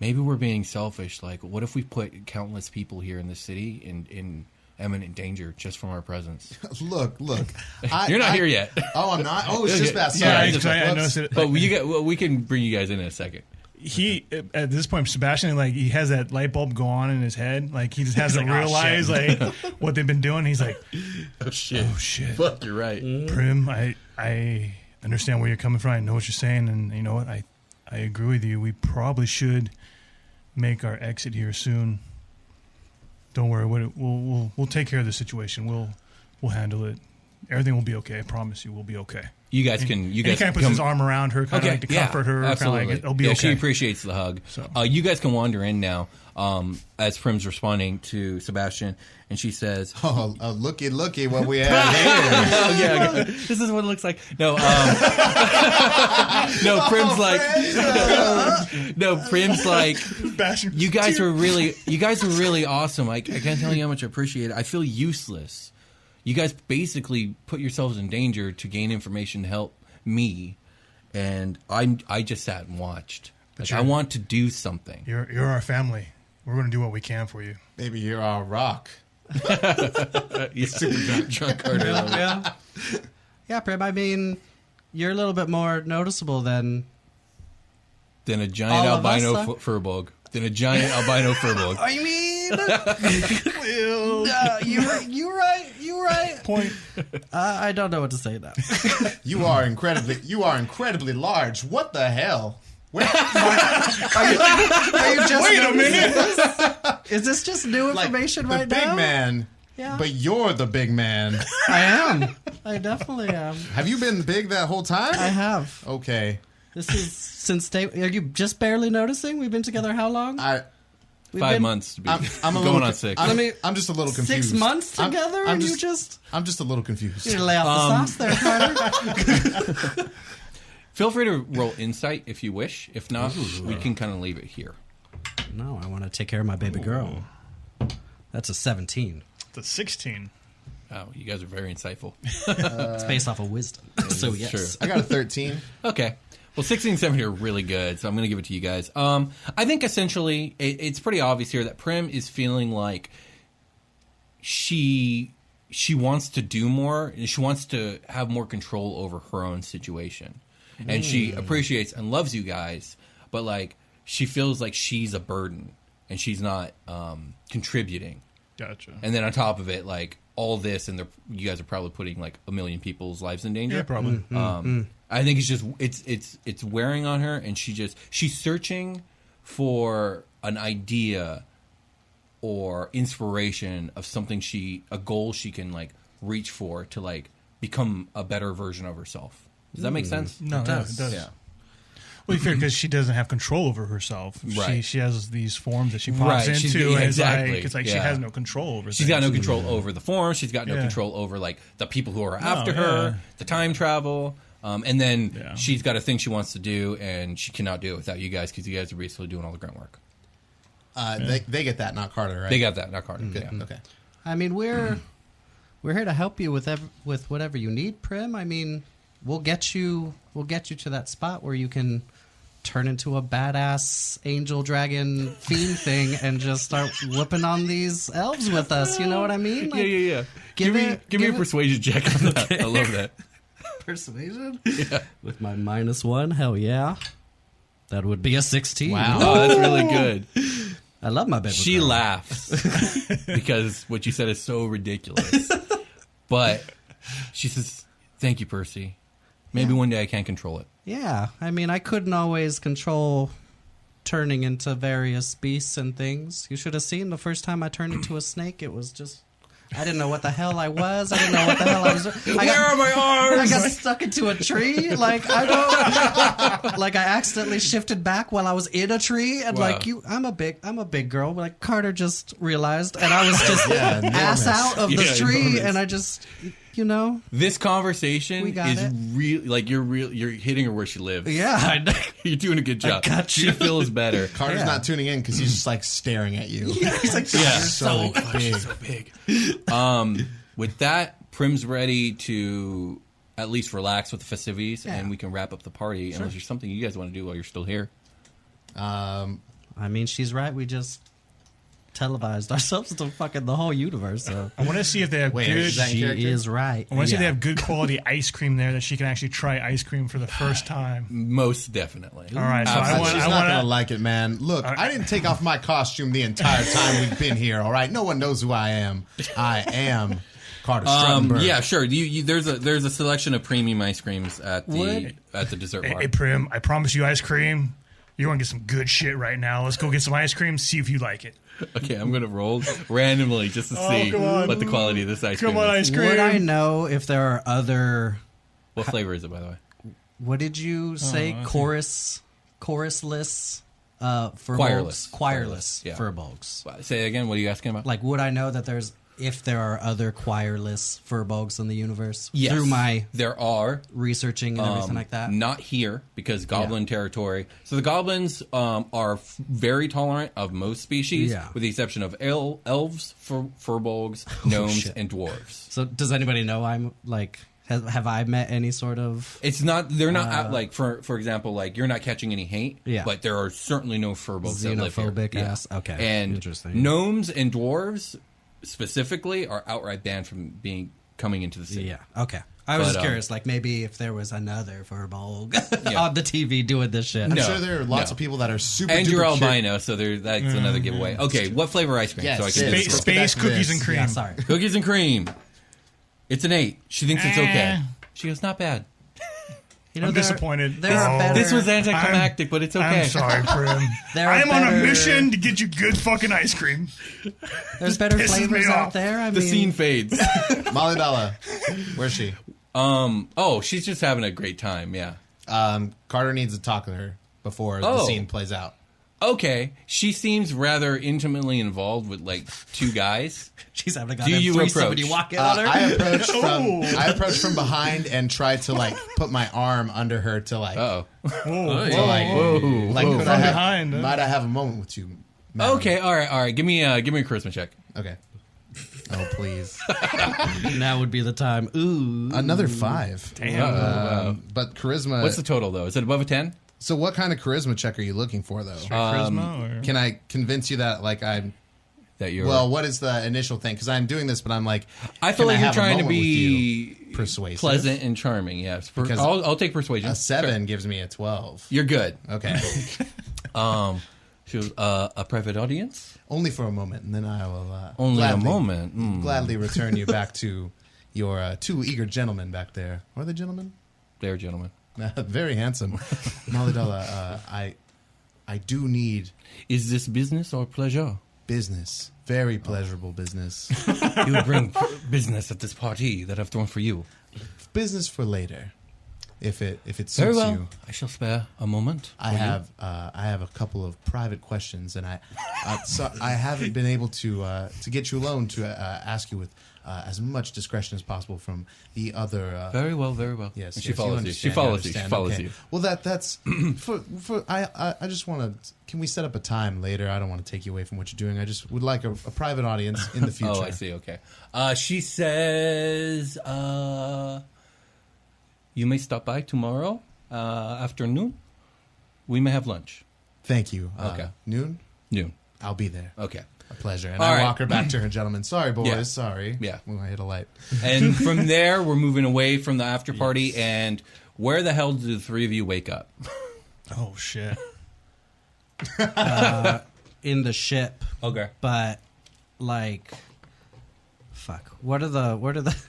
S3: Maybe we're being selfish. Like, what if we put countless people here in the city in, in eminent danger just from our presence?
S6: Look, look. I,
S3: You're not
S6: I-
S3: here yet.
S6: Oh, I'm not. Oh, it's just
S3: Yeah, yeah,
S6: that. Sorry.
S4: yeah,
S3: just-
S4: because I, I
S6: Whoops.
S4: noticed it.
S3: But you got, well, we can bring you guys in in a second.
S4: he at this point Sebastian like he has that light bulb go on in his head like he just hasn't
S3: like, "Ah,
S4: realized
S3: shit."
S4: like what they've been doing he's like
S3: Oh shit! Mm-hmm.
S4: oh shit
S3: Fuck, you're right.
S4: Prim I I understand where you're coming from I know what you're saying and you know what I I agree with you we probably should make our exit here soon don't worry we'll we'll we'll, we'll take care of the situation we'll we'll handle it everything will be okay I promise you we'll be okay
S3: You guys can. You
S4: And he
S3: guys
S4: kind of puts
S3: come-
S4: his arm around her kind of like to comfort her kind of
S3: absolutely.
S4: like it'll be
S3: yeah,
S4: okay
S3: she appreciates the hug.
S4: So-
S3: Uh, you guys can wander in now. Um, as Prim's responding to Sebastian, and she says,
S6: Oh, oh, looky, looky what we have here.
S3: oh yeah, okay. this is what it looks like. No, um, no, Prim's like, no, Oh, Prim's like,
S4: Sebastian
S3: you guys were really, you guys were really awesome. I, I can't tell you how much I appreciate it. I feel useless. You guys basically put yourselves in danger to gain information to help me, and I, I just sat and watched. Like, I
S4: you're-
S3: want to do something.
S4: You're you're our family. We're going to do what we can for you.
S6: Maybe you're our rock.
S3: Super drunk, drunk Carter.
S5: yeah. Yeah, Prim, I mean, you're a little bit more noticeable than.
S3: Then a giant
S5: All of us
S3: albino
S5: suck.
S3: fu- furbog. Then a giant albino furbog.
S5: I mean. uh, you, you right. You right.
S4: Point.
S5: Uh, I don't know what to say now.
S6: You are incredibly, you are incredibly large. What the hell? Where,
S5: Wait a minute. Is this just new information
S6: the
S5: right
S6: big
S5: now?
S6: man.
S5: Yeah.
S6: But you're the big man.
S5: I am. I definitely am.
S6: Have you been big that whole time?
S5: I have.
S6: Okay.
S5: This is since day. Are you just barely noticing? We've been together how long?
S6: I,
S5: We've
S3: Five
S5: been
S3: months to be.
S6: I'm, I'm a
S3: going
S6: little,
S3: on
S6: co-
S3: 6
S6: I'm,
S5: Let me-
S6: I'm just a little confused.
S5: Six months
S6: I'm-
S5: together,
S6: I'm,
S5: and
S6: just,
S5: you just
S6: I'm just a little confused.
S5: you need to lay off the sauce there, Carter.
S3: Feel free to roll insight if you wish. If not, we can kind of leave it here.
S5: no, I want to take care of my baby girl. That's a seventeen.
S4: The sixteen.
S3: Oh, you guys are very insightful. Uh,
S5: It's based off of wisdom. so yes,
S6: I got a 13.
S3: Okay. Well, 16 and 17 are really good, so I'm going to give it to you guys. Um, I think essentially it, it's pretty obvious here that Prim is feeling like she she wants to do more and she wants to have more control over her own situation. And she appreciates and loves you guys, but like she feels like she's a burden and she's not um, contributing.
S4: Gotcha.
S3: And then on top of it, like all this, and they're, you guys are probably putting like a million people's lives in danger.
S4: yeah, probably.
S3: Um,
S4: mm.
S3: I think it's just it's it's it's wearing on her, and she just she's searching for an idea or inspiration of something she a goal she can like reach for to like become a better version of herself. Does that make sense?
S4: Mm. No, it does. Yeah, it does.
S3: Yeah.
S4: Well, you figure because she doesn't have control over herself. She
S3: Right.
S4: she has these forms that she pops
S3: Right,
S4: into,
S3: she's-
S4: and it's
S3: exactly,
S4: like, it's like she
S3: yeah.
S4: has no control over.
S3: She's got no control over the form. She's got no
S4: Yeah.
S3: control over like the people who are after
S4: yeah.
S3: her, the time travel. Um, and then
S4: Yeah.
S3: she's got a thing she wants to do, and she cannot do it without you guys because you guys are basically doing all the grunt work.
S6: Uh, they, they get that, not Carter, right?
S3: They got that, not
S4: Mm,
S3: Carter. Yeah.
S6: Okay.
S5: I mean we're we're here to help you with ev- with whatever you need, Prim. I mean we'll get you we'll get you to that spot where you can turn into a badass angel dragon fiend thing and just start whipping on these elves with us. You know what I mean? Like,
S3: yeah, yeah, yeah.
S5: Give
S3: Give, me,
S5: it-
S3: give, me
S5: give
S3: a
S5: it-
S3: persuasion check on that. I love that.
S5: Persuasion with my minus one. Hell yeah. That would be a 16.
S3: Oh, that's really good.
S5: I love my baby.
S3: She
S5: girl.
S3: laughs because what you said is so ridiculous. But she says, "Thank you, Percy. Maybe one day I can control it."
S5: Yeah, I mean, I couldn't always control turning into various beasts and things. You should have seen the first time I turned into a snake. It was just. I didn't know what the hell I was. I didn't know what the hell I was. I
S3: Where
S5: got,
S3: are my
S5: I
S3: arms?
S5: got stuck into a tree. Like I don't. Like I accidentally shifted back while I was in a tree, and
S3: Wow.
S5: like you, I'm a big, I'm a big girl. But like Carter just realized, and I was just
S6: Yeah,
S5: ass
S6: enormous.
S5: out of the
S3: Yeah,
S5: tree,
S3: enormous.
S5: and I just you know?
S3: This conversation
S5: We got
S3: is
S5: it.
S3: really like you're real. You're hitting her where she lives.
S5: Yeah.
S3: I- you're doing a good job.
S5: got
S3: She
S5: you.
S3: feels better.
S6: Carter's
S5: Yeah.
S6: not tuning in because he's just like staring at you.
S5: He's like,
S3: Yeah.
S6: so big.
S3: big. Um, with that, Prim's ready to at least relax with the festivities, and we can wrap up the party. Unless there's something you guys want to do while you're still here.
S6: Um,
S5: I mean, she's right. We just televised ourselves to fucking the whole universe. So
S4: I want to see if they have
S6: Wait,
S4: good.
S6: is that-
S5: she
S6: character?
S5: is right.
S4: I want to see if they
S5: Yeah.
S4: have good quality ice cream there that she can actually try ice cream for the first time.
S3: Most definitely.
S4: All right, so I
S6: She's
S4: want. I
S6: not
S4: want.
S6: gonna
S4: to
S6: like it, man. Look, I didn't take off my costume the entire time we've been here. All right, no one knows who I am. I am Carter
S3: Um,
S6: Struttenberg.
S3: yeah, sure. You, you, there's a there's a selection of premium ice creams at the
S5: Would-
S3: at the dessert
S4: Hey,
S3: bar.
S4: hey, Prim, I promise you ice cream. You're gonna get some good shit right now. Let's go get some ice cream. See if you like it.
S3: Okay, I'm gonna roll randomly just to
S4: Oh,
S3: see
S4: come on.
S3: what the quality of this ice
S4: Come
S3: cream
S4: on,
S3: is.
S4: ice cream.
S5: Would I know if there are other?
S3: What flavor is it, by the way?
S5: What did you say? chorus, chorusless, uh, fur
S3: Choirless.
S5: bulbs,
S3: Choirless,
S5: choirless
S3: yeah.
S5: fur bulbs.
S3: Wow, Say again. What are you asking about?
S5: Like, would I know that there's if there are other choirless fur bulbs in the universe
S3: Yes.
S5: through my
S3: there are
S5: researching and everything
S3: um,
S5: like that?
S3: Not here because goblin territory. So the goblins um, are f- very tolerant of most species,
S5: Yeah. Oh,
S3: with the exception of el- elves, fur- furbolgs, gnomes,
S5: shit.
S3: and dwarves.
S5: So does anybody know I'm like? Has, have I met any sort of?
S3: It's not. They're not out, like for for example, like you're not catching any hate.
S5: Uh, Yeah.
S3: But there are certainly no furballs that live here.
S5: Xenophobic ass- okay,
S3: And
S5: interesting.
S3: Gnomes and dwarves specifically are outright banned from being coming into the city.
S5: Yeah. Okay. I
S3: But,
S5: was just
S3: um,
S5: curious, like maybe if there was another Verbolg
S3: Yeah.
S5: on the TV doing this shit.
S6: I'm
S3: No.
S6: sure there are lots
S3: no.
S6: of people that are super.
S3: And
S6: duper
S3: you're
S6: shit-
S3: albino, so there, that's
S5: Mm-hmm.
S3: another giveaway. Okay, what flavor ice cream?
S6: Yes,
S3: so I can do
S6: yes.
S3: this
S4: Space,
S3: real
S6: But that's
S4: space cookies
S6: this.
S4: and cream.
S5: Yeah, sorry.
S3: Cookies and cream. It's an eight. She thinks it's okay.
S4: Eh.
S3: She goes, not bad.
S5: You know,
S4: I'm
S5: there-
S4: disappointed.
S5: There are
S4: Oh.
S5: better,
S3: This was anticlimactic, but it's okay.
S4: I'm sorry, Prim.
S5: There are
S4: I'm on a
S5: better-
S4: mission to get you good fucking ice cream.
S5: there's better
S4: pisses me
S5: flavors
S4: off.
S5: out there. I
S3: The
S5: mean,
S3: scene fades.
S6: Molly Bella, where's she?
S3: um. Oh, she's just having a great time. Yeah.
S6: Um, Carter needs to talk to her before the
S3: Oh.
S6: scene plays out.
S3: Okay. She seems rather intimately involved with like two guys.
S5: she's having a
S3: Do
S5: goddamn
S3: you
S5: threesome
S3: approach?
S5: when you walk in
S6: Uh,
S5: on her.
S6: I approached from
S3: Oh.
S6: I approached from behind and tried to like put my arm under her to like
S3: Oh.
S4: Whoa.
S6: to, like, like could I have,
S4: behind, huh?
S6: might I have a moment with you? madam?
S3: Okay. All right. All right. Give me. Uh, give me a charisma check.
S6: okay. Oh please,
S5: now would be the time. Ooh,
S6: another five.
S4: Damn.
S6: Um, but charisma.
S3: Oh, What's the total though? Is it above a ten?
S6: so what kind of charisma check are you looking for though? Uh,
S3: Um,
S4: Charisma or-
S6: Can I convince you that like I'm
S3: That you're.
S6: well? What is the initial thing? Because I'm doing this, but I'm like
S3: I feel
S6: can
S3: like
S6: I
S3: you're
S6: have a
S3: trying to
S6: moment with you?
S3: be
S6: persuasive.
S3: pleasant and charming. Yes. Per-
S6: Because
S3: I'll, I'll take persuasion.
S6: A seven
S3: Sure.
S6: gives me a twelve.
S3: You're good.
S6: Okay,
S3: Um. She was uh, a private audience.
S6: only for a moment, and then I will uh,
S3: Only a
S6: gladly-
S3: moment. Mm.
S6: Gladly return you back to your uh, two eager gentlemen back there. Are they gentlemen?
S3: There, gentlemen.
S6: Very handsome, Malidala. Uh, I I do need
S3: Is this business or pleasure?
S6: business. Very pleasurable business.
S3: You would bring business at this party that I've thrown for you.
S6: business for later, if it if it
S3: Very
S6: suits
S3: well.
S6: you.
S3: I shall spare a moment.
S6: I have uh, I have a couple of private questions, and I uh, so I haven't been able to uh, to get you alone to uh, ask you with uh, as much discretion as possible from the other. Uh,
S3: Very well, very well.
S6: Yes,
S3: And she
S6: yes,
S3: follows you.
S6: understand,
S3: She follows you. She
S6: understand,
S3: follows
S6: okay.
S3: you.
S6: Well, that that's for for I I, I just want to. Can we set up a time later? I don't want to take you away from what you're doing. I just would like a, a private audience in the
S3: Oh,
S6: future.
S3: I see. Okay. Uh, she says, uh, "You may stop by tomorrow uh, afternoon. We may have lunch.
S6: Thank you. Uh,
S3: Okay.
S6: Noon.
S3: Noon.
S6: I'll be there.
S3: Okay."
S6: A pleasure. And
S3: All
S6: I
S3: right.
S6: walk her back to her gentlemen. Sorry, boys.
S3: Yeah.
S6: Sorry.
S3: Yeah.
S6: When I hit a light.
S3: And from there, we're moving away from the after party. And where the hell do the three of you wake up?
S4: Oh shit.
S5: Uh, in the ship,
S3: Okay.
S5: but like, fuck. What are the? What are the?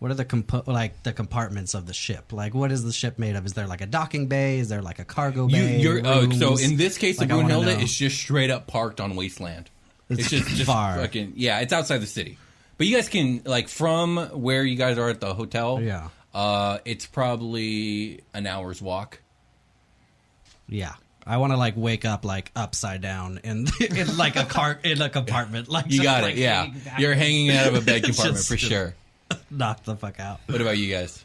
S5: What are the compo- like the compartments of the ship? Like, what is the ship made of? Is there like a docking bay? Is there like a cargo
S3: You,
S5: bay?
S3: you're, oh, so
S5: rooms?
S3: in this case,
S5: Like,
S3: the
S5: I wanna
S3: Brunhilde
S5: know.
S3: is just straight up parked on wasteland. It's,
S5: It's
S3: just, just
S5: far.
S3: fucking yeah. It's outside the city, but you guys can like from where you guys are at the hotel.
S5: Yeah.
S3: uh, it's probably an hour's walk.
S5: Yeah. I want to like wake up like upside down in, in like a car in a compartment like
S3: You
S5: just,
S3: got
S5: like,
S3: it. Yeah,
S5: hanging back.
S3: you're hanging out of a bed
S5: It's
S3: compartment
S5: just-
S3: for sure.
S5: knocked the fuck out.
S3: What about you guys?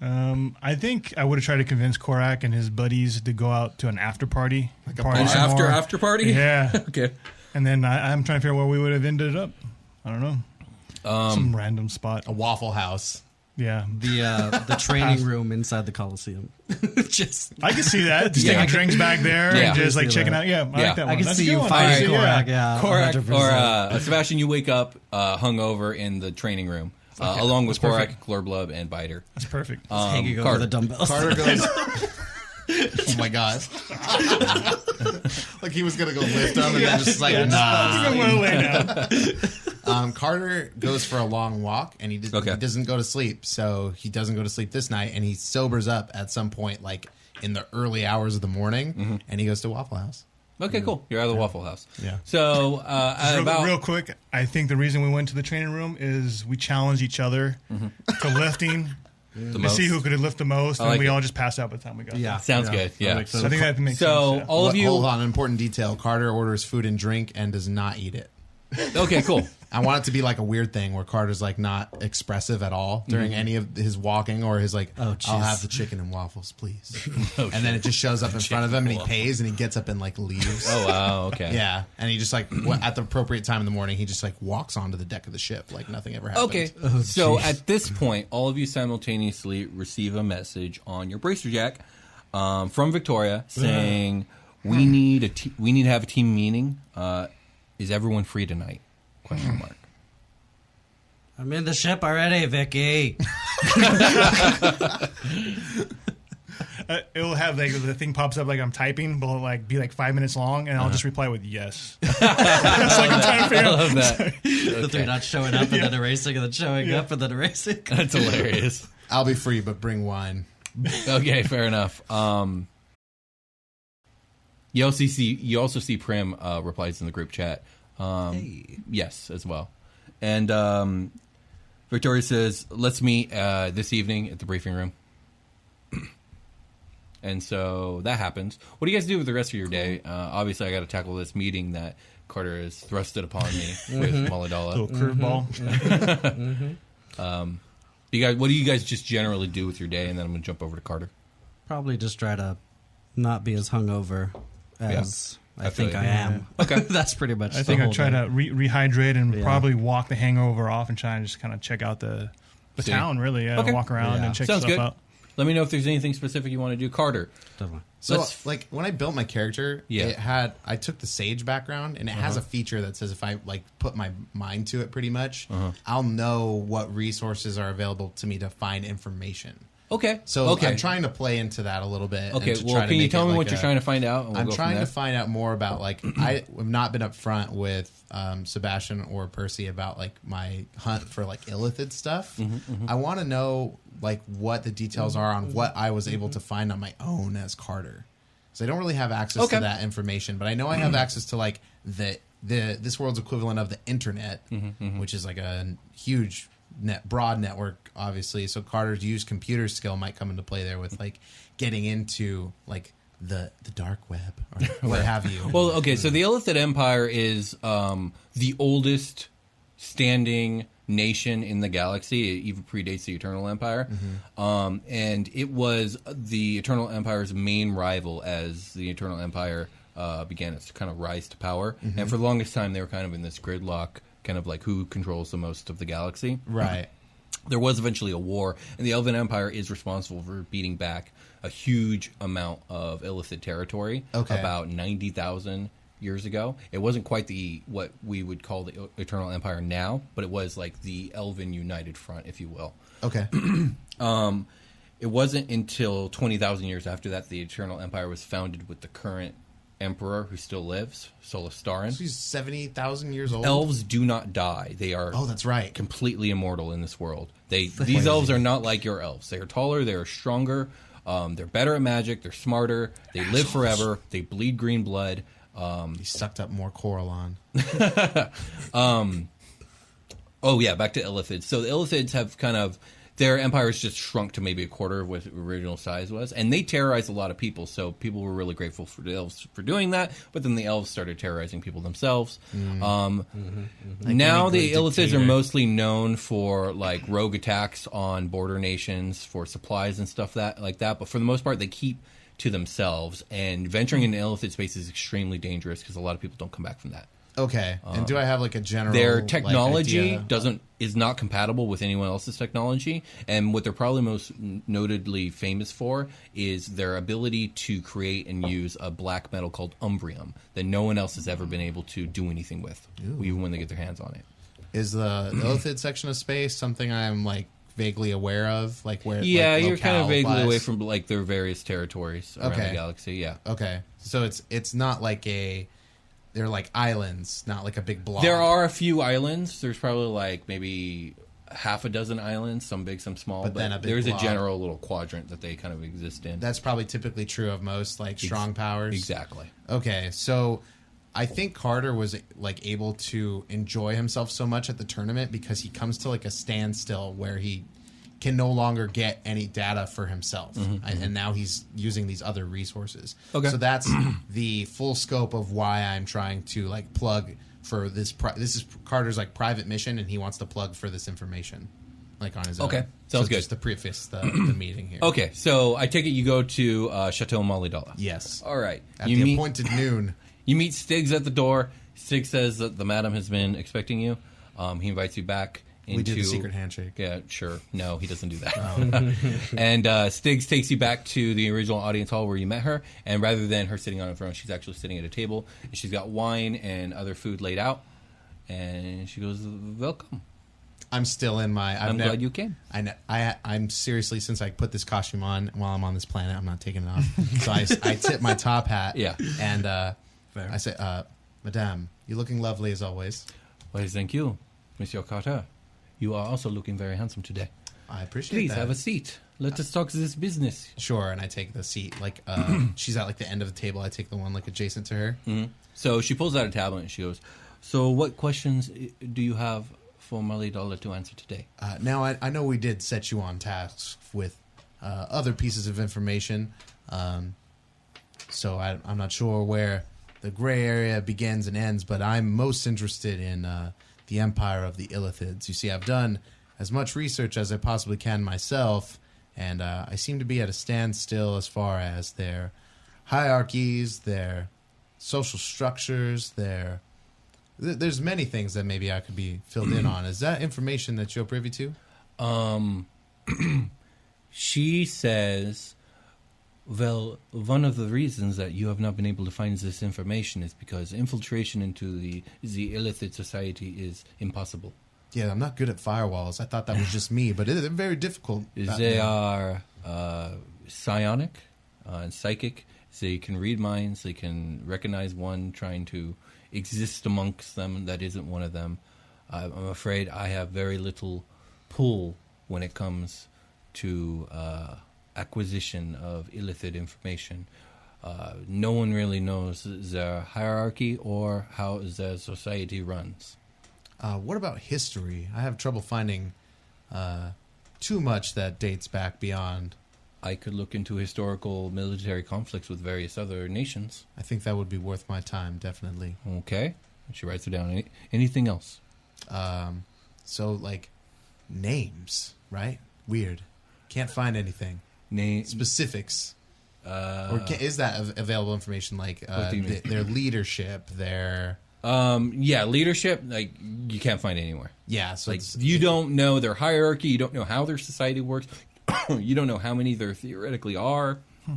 S4: Um, I think I would have tried to convince Korak and his buddies to go out to an after party. Like a
S3: An after after party?
S4: Yeah.
S3: Okay.
S4: and then I, I'm trying to figure out where we would have ended up. I don't know.
S3: Um,
S4: Some random spot.
S6: A Waffle House.
S4: Yeah.
S5: The uh, the training room inside the Coliseum. Just
S4: I can see that. Just
S3: Yeah.
S4: taking drinks back there
S3: Yeah.
S4: and just like
S5: See
S4: checking
S5: that.
S4: out. Yeah, I
S3: Yeah.
S4: like that
S3: I
S4: one.
S5: I can
S4: That's a
S5: see
S4: good
S5: you
S4: one.
S3: fighting
S5: fighting
S3: All right,
S5: Korak. Yeah,
S3: Korak
S5: 100%.
S3: or uh, Sebastian, you wake up uh, hungover in the training room uh, along with Korak, Glorblub, and Biter.
S4: That's perfect.
S3: Um,
S5: Just hanging over
S3: Carter.
S5: the dumbbells.
S6: Carter goes. oh my god! like he was gonna go lift him, and then just like nah.
S4: I'm gonna lay down.
S6: Um, Carter goes for a long walk, and he, does,
S3: Okay.
S6: he doesn't go to sleep. So he doesn't go to sleep this night, and he sobers up at some point, like in the early hours of the morning,
S3: Mm-hmm.
S6: and he goes to Waffle House.
S3: Okay, cool. You're out of the Waffle House.
S6: Yeah.
S3: So uh, at
S4: Real,
S3: about
S4: real quick, I think the reason we went to the training room is we challenged each other to lifting
S3: the
S4: to
S3: Mm-hmm. most.
S4: see who could lift the most,
S3: I
S4: and
S3: like
S4: we
S3: it.
S4: all just passed out by the time we got
S5: yeah,
S3: Sounds good, yeah.
S5: Like,
S4: there. So I think that makes
S3: so
S4: sense. yeah.
S3: all of
S6: But
S3: you.
S6: Hold on, important detail. Carter orders food and drink and does not eat it.
S3: Okay, cool.
S6: I want it to be like a weird thing where Carter's like not expressive at all during
S3: Mm-hmm.
S6: any of his walking or his like,
S5: Oh,
S6: I'll
S5: jeez.
S6: have the chicken and waffles, please.
S3: Oh,
S6: and then it just shows up in front of him and he pays and he gets up and like leaves.
S3: Oh wow. Okay.
S6: Yeah, and he just like wa- at the appropriate time in the morning, he just like walks onto the deck of the ship like nothing ever happened.
S3: Okay. so at this point, all of you simultaneously receive a message on your bracer jack um, from Victoria saying, "We need a te- we need to have a team meeting. Uh, is everyone free tonight?" Question mark.
S5: I'm in the ship already, Vicky.
S4: Uh, it'll have like the thing pops up like I'm typing, but it'll like be like five minutes long, and I'll just reply with yes. it's like I'm trying to figure
S3: I
S4: out.
S3: love that.
S5: The three not showing up and then erasing and then showing up and then erasing.
S3: That's hilarious.
S6: I'll be free, but bring wine.
S3: Okay, fair enough. Um, you also see you also see Prim uh, replies in the group chat. Um, Yes, as well. And um, Victoria says, "Let's meet uh, this evening at the briefing room." and so that happens. What do you guys do with the rest of your day? Uh, obviously, I got to tackle this meeting that Carter has thrusted upon me with Maladala.
S4: Little curveball.
S3: Do you guys, what do you guys just generally do with your day? And then I'm going to jump over to Carter.
S5: Probably just try to not be as hungover as
S3: I
S5: I
S3: feel
S5: think
S3: you.
S5: I am.
S3: Okay.
S5: that's pretty much.
S4: I
S5: the
S4: think I
S5: whole
S4: try
S5: day.
S4: to re- rehydrate and
S5: Yeah.
S4: probably walk the hangover off and try and just kind of check out the the
S3: See.
S4: town. Really, yeah,
S3: Okay.
S4: walk around
S5: Yeah.
S4: and check
S3: Sounds
S4: stuff
S3: good.
S4: out.
S3: Let me know if there's anything specific you want to do, Carter.
S5: Definitely.
S6: So
S3: Let's-
S6: like when I built my character,
S3: Yeah. Uh-huh.
S6: it had I took the sage background and it has a feature that says if I like put my mind to it pretty much,
S3: Uh-huh.
S6: I'll know what resources are available to me to find information.
S3: Okay.
S6: So
S3: okay.
S6: I'm trying to play into that a little bit. and
S3: Okay.
S6: to try
S3: Well,
S6: to
S3: can you
S6: make
S3: tell
S6: it
S3: me
S6: like
S3: what
S6: a-
S3: you're trying to find out? And we'll
S6: I'm
S3: go from
S6: trying
S3: there?
S6: to find out more about like I have not been upfront with um, Sebastian or Percy about like my hunt for like illithid stuff.
S3: Mm-hmm,
S6: I want to know like what the details are on what I was
S3: Mm-hmm.
S6: able to find on my own as Carter, because I don't really have access
S3: Okay.
S6: to that information. But I know I
S3: Mm-hmm.
S6: have access to like the the this world's equivalent of the internet,
S3: Mm-hmm,
S6: which is like a huge net broad network obviously so carter's used computer skill might come into play there with like getting into like the the dark web or what have you
S3: Well, uh, okay. So the Illithid Empire is um, the oldest standing nation in the galaxy. It even predates the Eternal Empire,
S6: Mm-hmm.
S3: um, and it was the Eternal Empire's main rival as the Eternal Empire uh, began its kind of rise to power.
S6: Mm-hmm.
S3: And for the longest time, they were kind of in this gridlock, kind of like who controls the most of the galaxy.
S6: right
S3: there was eventually a war, and the Elven Empire is responsible for beating back a huge amount of illicit territory
S6: Okay.
S3: about 90,000 years ago. It wasn't quite the what we would call the E-, Eternal Empire now, but it was like the Elven United Front, if you will.
S6: okay
S3: It wasn't until 20,000 years after that the Eternal Empire was founded with the current emperor who still lives, Solastarin.
S6: she's 70,000 years old
S3: Elves do not die. They are
S6: oh that's right
S3: completely immortal in this world. They these elves are not like your elves. They are taller. They are stronger. Um, they're better at magic. They're smarter. They live forever. They bleed green blood.
S6: he sucked up more coralon
S3: Oh yeah, back to Illithids. So the Illithids have kind of Their empire has just shrunk to maybe a quarter of what the original size was, and they terrorized a lot of people. So people were really grateful for the elves for doing that. But then the elves started terrorizing people themselves. Um, Now the Illithids are mostly known for like rogue attacks on border nations for supplies and stuff that like that. But for the most part, they keep to themselves. And venturing into Illithid space is extremely dangerous because a lot of people don't come back from that
S6: Okay. and do I have like a general
S3: Uh, their
S6: like,
S3: technology
S6: idea?
S3: doesn't is not compatible with anyone else's technology and what they're probably most n- notedly famous for is their ability to create and use a black metal called umbrium that no one else has ever been able to do anything with even when they get their hands on it
S6: Is the
S3: Mm-hmm.
S6: the Illithid section of space something I'm like vaguely aware of? Like where?
S3: yeah
S6: like,
S3: you're kind of vaguely
S6: locale-wise?
S3: away from like their various territories around
S6: Okay.
S3: the galaxy yeah
S6: Okay, so it's it's not like a they're like islands, not like a big block.
S3: there are a few islands there's probably like maybe half a dozen islands some big some small but,
S6: But then a big
S3: there's
S6: blob.
S3: a general little quadrant that they kind of exist in
S6: That's probably typically true of most like strong powers.
S3: exactly
S6: Okay, so I think Carter was like able to enjoy himself so much at the tournament because he comes to like a standstill where he can no longer get any data for himself, and, and now he's using these other resources.
S3: Mm-hmm, Okay.
S6: so that's the full scope of why I'm trying to like plug for this. Pri- this is Carter's like private mission, and he wants to plug for this information, like on his own.
S3: Okay,
S6: So
S3: sounds good.
S6: Just to preface the, the meeting here.
S3: Okay, so I take it you go to uh, Chateau Malidala.
S6: Yes.
S3: All right.
S6: At
S3: you
S6: the
S3: meet
S6: appointed noon.
S3: you meet Stiggs at the door. Stiggs says that the madam has been expecting you. Um, he invites you back. Into,
S6: We do the secret handshake. Oh.
S3: Yeah, sure. No, he doesn't do that. and uh, Stiggs takes you back to the original audience hall where you met her. And rather than her sitting on a throne, she's actually sitting at a table. And she's got wine and other food laid out. And she goes, "Welcome.
S6: I'm still in my. I've
S3: I'm
S6: nev-
S3: glad you came."
S6: I, ne- I I'm seriously since I put this costume on while I'm on this planet, I'm not taking it off. so I, s- I tip my top hat.
S3: Yeah.
S6: and uh, I say, uh, Madame, you're looking lovely as always.
S3: Well, thank you, Monsieur Carter. You are also looking very handsome today.
S6: I appreciate
S3: Please
S6: that.
S3: have a seat. Let us talk this business.
S6: sure, and I take the seat like uh, she's at like the end of the table. I take the one like adjacent to her.
S3: So she pulls out a tablet and she goes, So, what questions i- do you have for Molly Dollar to answer today?
S6: Uh, now I, I know we did set you on tasks with uh, other pieces of information, um, so I, I'm not sure where the gray area begins and ends. But I'm most interested in uh, the empire of the Illithids. You see, I've done as much research as I possibly can myself, and uh, I seem to be at a standstill as far as their hierarchies, their social structures, their th- there's many things that maybe I could be filled in on. Is that information that you're privy to?
S3: She says, Well, one of the reasons that you have not been able to find this information is because infiltration into the, the illicit society is impossible.
S6: Yeah, I'm not good at firewalls. I thought that was just me, but it- they're very difficult. Uh,
S3: They are uh, psionic uh, and psychic. They can read minds. They can recognize one trying to exist amongst them that isn't one of them. I- I'm afraid I have very little pull when it comes to uh, acquisition of illicit information. Uh, no one really knows their hierarchy or how their society runs.
S6: uh, what about history? I have trouble finding uh, too much that dates back beyond.
S3: I could look into historical military conflicts with various other nations.
S6: I think that would be worth my time, definitely.
S3: Okay. She writes it down. Any, anything else?
S6: Um, so, like, names, right? Weird. Can't find anything.
S3: Name.
S6: Specifics.
S3: Uh,
S6: Or ca is that av- available information, like uh,
S3: do you mean?
S6: th- their leadership, their.
S3: um, yeah, leadership. Like you can't find anywhere.
S6: Yeah, so
S3: Like
S6: it's-
S3: you don't know their hierarchy. You don't know how their society works. you don't know how many there theoretically are.
S6: Hmm.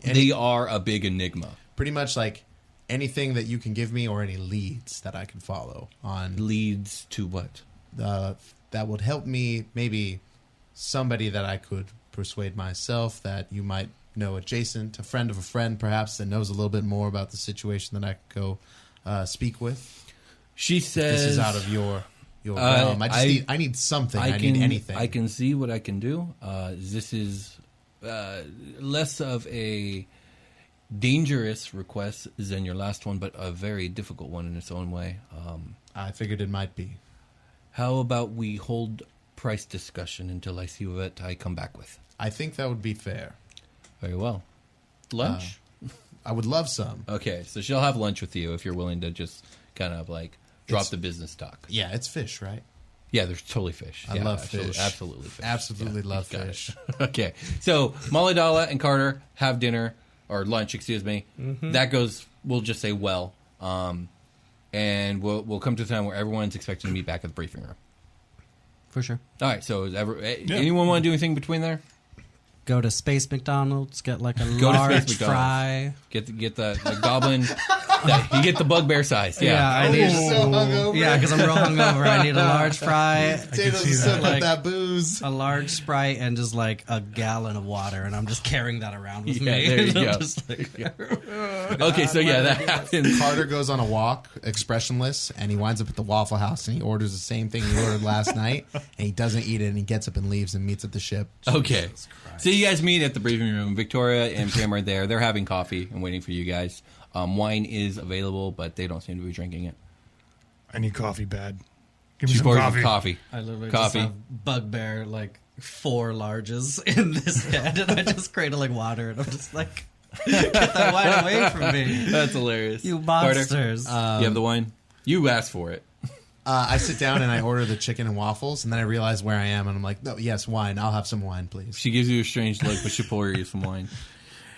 S3: They are a big enigma.
S6: pretty much like anything that you can give me or any leads that I can follow on
S3: Leads to what?
S6: uh, that would help me maybe somebody that I could persuade myself that you might know adjacent, a friend of a friend perhaps that knows a little bit more about the situation that I could go uh, speak with.
S3: She says
S6: This is out of your your
S3: Uh,
S6: realm. I just
S3: I-
S6: need I need something. I,
S3: I can
S6: need anything.
S3: I can see what I can do. Uh, this is uh, less of a dangerous request than your last one, but a very difficult one in its own way. Um,
S6: I figured it might be.
S3: How about we hold price discussion until I see what I come back with.
S6: I think that would be fair.
S3: Very well. Lunch?
S6: I would love some.
S3: okay, so she'll have lunch with you if you're willing to just kind of like drop
S6: It's-
S3: the business talk.
S6: Yeah, it's fish, right?
S3: Yeah, there's totally fish.
S6: I
S3: Yeah,
S6: love
S3: absolutely,
S6: fish.
S3: Absolutely fish.
S6: Absolutely love
S3: got it.
S6: fish.
S3: okay, so Maladala and Carter have dinner or lunch, excuse me. That goes. We'll just say well, um, and we'll we'll come to the time where everyone's expected to meet back at the briefing room.
S5: for sure.
S3: All right. So, is ever, a- anyone want to do anything between there?
S5: Go to Space McDonald's, get like a
S3: Go to
S5: large
S3: Space McDonald's.
S5: fry.
S3: Get the, get the, the goblin. that- you get the bugbear size. Yeah. Oh.
S5: I
S6: You're
S5: need.
S6: so hungover.
S5: Yeah, because I'm real hungover. I need a large fry,
S6: Potatoes
S4: see
S6: and
S4: that.
S6: soda,
S5: Like-
S6: that booze.
S5: a large sprite, and just like a gallon of water, and I'm just carrying that around with
S3: Yeah,
S5: me.
S3: there you go.
S5: Just like-
S3: Okay. So yeah, that happens.
S6: Carter goes on a walk, expressionless, and he winds up at the Waffle House and he orders the same thing he ordered last night, and he doesn't eat it, and he gets up and leaves and meets at the ship. Uh,
S3: Okay. So you guys meet at the briefing room. Victoria and Pam are there. They're having coffee and waiting for you guys. Um, wine is available, but they don't seem to be drinking it.
S4: I need coffee bad. Give me
S3: She
S4: some
S3: pours
S4: coffee.
S3: coffee. coffee.
S5: I literally
S3: coffee.
S5: just have bugbear like four larges in this head, and I just cradle like water, and I'm just like, get that wine away from me,
S3: That's hilarious.
S5: you
S3: Carter,
S5: monsters.
S3: you have the wine. You asked for it.
S6: Uh, I sit down and I order the chicken and waffles, and then I realize where I am, and I'm like, no, yes, wine. I'll have some wine, please.
S3: She gives you a strange look, but she pours you some wine.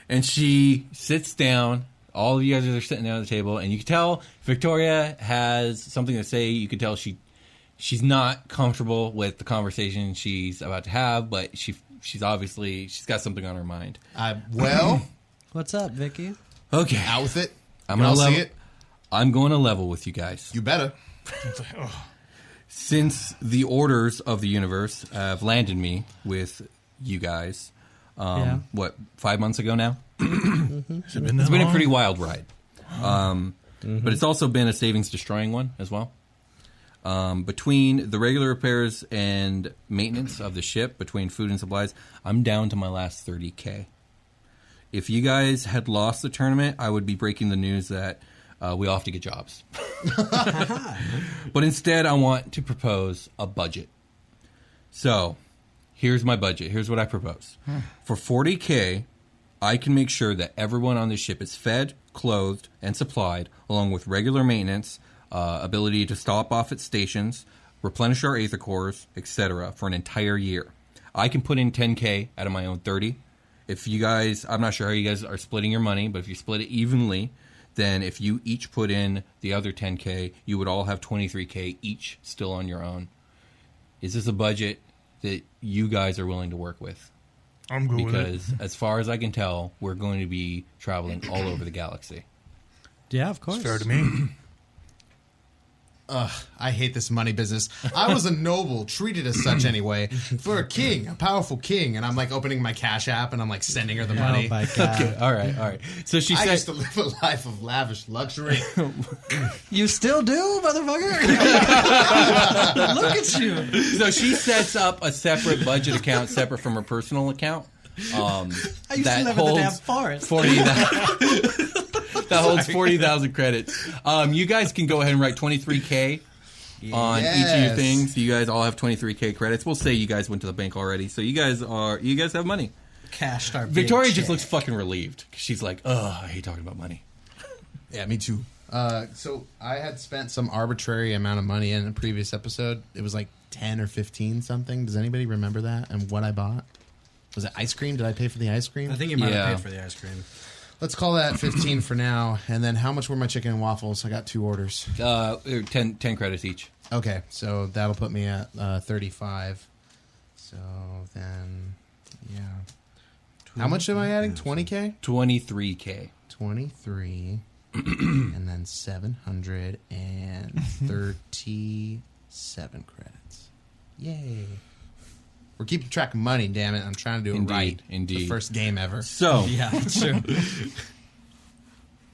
S3: And she sits down. All of you guys are sitting down at the table, and you can tell Victoria has something to say. You can tell she she's not comfortable with the conversation she's about to have, but she she's obviously she's got something on her mind.
S6: Uh, well,
S5: What's up, Vicky?
S3: Okay,
S6: out with it.
S3: I'm
S6: Y'all
S3: gonna level.
S6: see it.
S3: I'm going to level with you guys.
S6: You better.
S3: Since the orders of the universe have landed me with you guys, um,
S5: Yeah.
S3: what five months ago now?
S4: Has it been that
S3: It's been a
S4: long?
S3: pretty wild ride, um, but it's also been a savings destroying one as well. Um, between the regular repairs and maintenance of the ship, between food and supplies, I'm down to my last 30k. If you guys had lost the tournament, I would be breaking the news that uh, we all have to get jobs. but instead, I want to propose a budget. So, here's my budget. Here's what I propose. For 40K, I can make sure that everyone on the ship is fed, clothed, and supplied, along with regular maintenance, uh, ability to stop off at stations, replenish our aether cores, etc., for an entire year. I can put in 10K out of my own 30. If you guys, I'm not sure how you guys are splitting your money, but if you split it evenly, then if you each put in the other 10K, you would all have 23K each still on your own. Is this a budget that you guys are willing to work with?
S4: I'm good with it.
S3: because as far as I can tell, we're going to be traveling all over the galaxy.
S5: Yeah, of course.
S4: Fair to me.
S6: I hate this money business. I was a noble, treated as such anyway, for a king, a powerful king, and I'm like opening my Cash App and I'm like sending her the
S5: Oh
S6: money.
S5: my god!
S3: Uh, All right, all right. So she
S6: I
S3: says,
S6: used to live a life of lavish luxury.
S5: You still do, motherfucker. Look at you.
S3: so she sets up a separate budget account, separate from her personal account. Um,
S5: I used to
S3: that
S5: live in the damn
S3: holds
S5: forest.
S3: forty. that holds forty thousand credits. Um, you guys can go ahead and write twenty three k on each of your
S6: Yes.
S3: things. You guys all have twenty three k credits. We'll say you guys went to the bank already, so you guys are you guys have money.
S5: Cashed our big
S3: Victoria just
S5: check.
S3: looks fucking relieved. She's like, "Oh, I hate talking about money."
S6: yeah, me too. Uh, so I had spent some arbitrary amount of money in a previous episode. It was like ten or fifteen something. Does anybody remember that and what I bought? Was it ice cream? Did I pay for the ice cream?
S5: I think you might
S3: Yeah.
S5: have paid for the ice cream.
S6: Let's call that fifteen for now. And then how much were my chicken and waffles? I got two orders.
S3: Uh, er, 10, 10 credits each.
S6: Okay, so that'll put me at uh, 35. So then, yeah. How much am I adding? 20K?
S3: Twenty three k.
S6: 23. and then 737 credits. Yay. We're keeping track of money, damn it. I'm trying to do it
S3: Indeed,
S6: right.
S3: indeed.
S6: The first game ever.
S3: So
S5: Yeah, sure.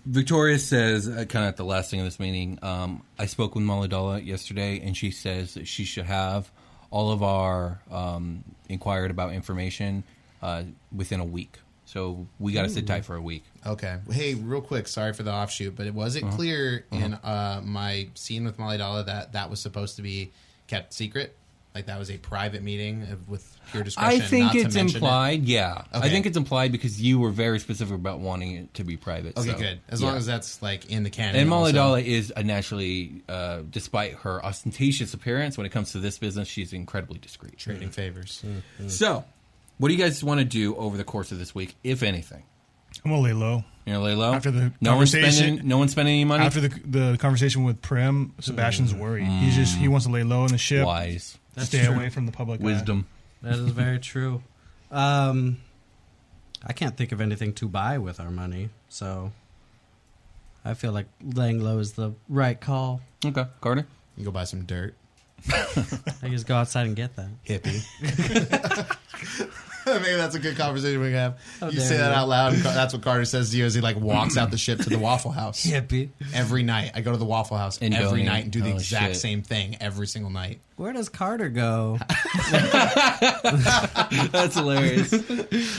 S3: Victoria says, uh, kind of at the last thing of this meeting, um, I spoke with Maladala yesterday, and she says that she should have all of our um, inquired about information uh, within a week. So we got to sit tight for a week.
S6: Okay. Hey, real quick. Sorry for the offshoot, but it was
S3: Uh-huh.
S6: it clear in uh, my scene with Molly Dalla that that was supposed to be kept secret. like that was a private meeting of- with pure
S3: I
S6: discretion.
S3: think
S6: not to
S3: it's
S6: mention it?
S3: implied. Yeah, I
S6: Okay.
S3: think it's implied because you were very specific about wanting it to be private.
S6: Okay,
S3: so,
S6: good. As
S3: yeah.
S6: long as that's like in the canon.
S3: And Molly
S6: also.
S3: Dalla is a naturally, uh, despite her ostentatious appearance, when it comes to this business, she's incredibly discreet.
S6: trading favors.
S4: Mm.
S3: So, what do you guys want to do over the course of this week, if anything?
S4: I'm gonna lay low.
S3: You know, lay low.
S4: After the
S3: no one's
S4: conversation-
S3: spending, no one's spending any money.
S4: After the the conversation with Prim, Sebastian's worried. He's just he wants to lay low in the ship.
S3: Mm. wise
S4: Stay away from the public eye.
S3: wisdom.
S5: That is very true. Um, I can't think of anything to buy with our money, so I feel like laying low is the right call.
S3: Okay, Carter.
S6: You go buy some dirt.
S5: I just go outside and get that.
S6: Hippie. Maybe that's a good conversation we can have. you
S5: damn
S6: say that
S5: right.
S6: out loud. and Car- That's what Carter says to you as he like walks out the ship to the Waffle House
S5: Hippie.
S6: every night. I go to the Waffle House
S3: And
S6: every
S3: donate.
S6: night and do the
S3: Oh,
S6: exact
S3: shit.
S6: same thing every single night.
S5: Where does Carter go?
S3: That's hilarious.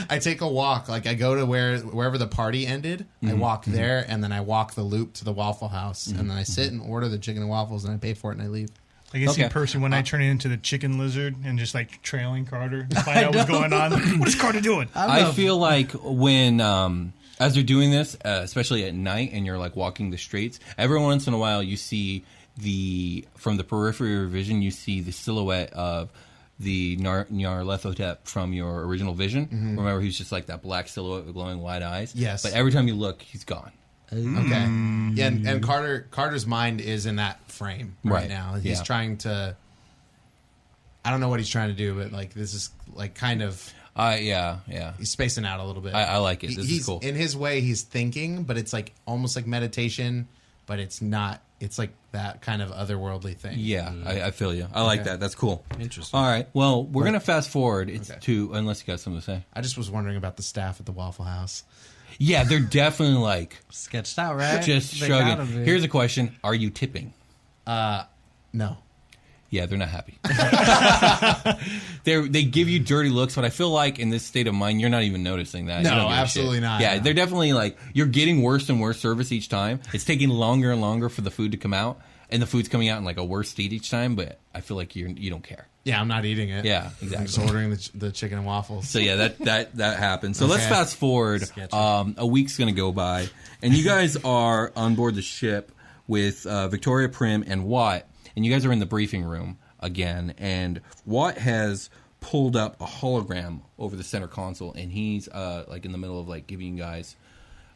S6: I take a walk. Like I go to where wherever the party ended. I walk there and then I walk the loop to the Waffle House and then I sit and order the chicken and waffles and I pay for it and I leave.
S4: I can see
S3: Okay.
S4: Percy
S5: Uh,
S4: one night turning into the chicken lizard and just like trailing Carter to find out what's going on. what is Carter doing?
S3: I feel like when um, as they're doing this, uh, especially at night, and you're like walking the streets. Every once in a while, you see the from the periphery of your vision, you see the silhouette of the Nar- Nyarlathotep from your original vision. Remember, he's just like that black silhouette with glowing white eyes.
S6: Yes.
S3: but every time you look, he's gone.
S6: Okay.
S3: Mm.
S6: Yeah, and, and Carter Carter's mind is in that frame right,
S3: Right.
S6: now. He's
S3: Yeah.
S6: trying to. I don't know what he's trying to do, but like this is like kind of
S3: I yeah yeah.
S6: he's spacing out a little bit.
S3: I- I like it.
S6: He-
S3: This is
S6: he's,
S3: cool.
S6: In his way, he's thinking, but it's like almost like meditation, but it's not. It's like that kind of otherworldly thing.
S3: Yeah, I, I feel you. I like that. That's cool.
S5: Interesting.
S3: All right. Well, we're gonna fast forward. It's
S6: Okay.
S3: to unless you got something to say.
S6: I just was wondering about the staff at the Waffle House.
S3: Yeah, they're definitely like
S5: Sketched out, right?
S3: just
S5: They gotta
S3: shrugging.
S5: be.
S3: Here's a question: Are you tipping?
S6: No.
S3: Yeah, they're not happy. they they give you dirty looks, but I feel like in this state of mind, you're not even noticing that. You
S6: No,
S3: don't give a
S6: absolutely
S3: shit.
S6: not.
S3: Yeah, they're definitely like you're getting worse and worse service each time. It's taking longer and longer for the food to come out, and the food's coming out in like a worse state each time. But I feel like you're you don't care.
S6: Yeah, I'm not eating it.
S3: Yeah,
S6: I'm just
S3: exactly.
S6: ordering the, ch- the chicken and waffles.
S3: So yeah, that that that happened. So let's
S6: Okay.
S3: fast forward.
S5: Sketchy.
S3: Um, a week's gonna go by, and you guys are on board the ship with uh, Victoria Prim and Watt, and you guys are in the briefing room again. And Watt has pulled up a hologram over the center console, and he's uh, like in the middle of like giving you guys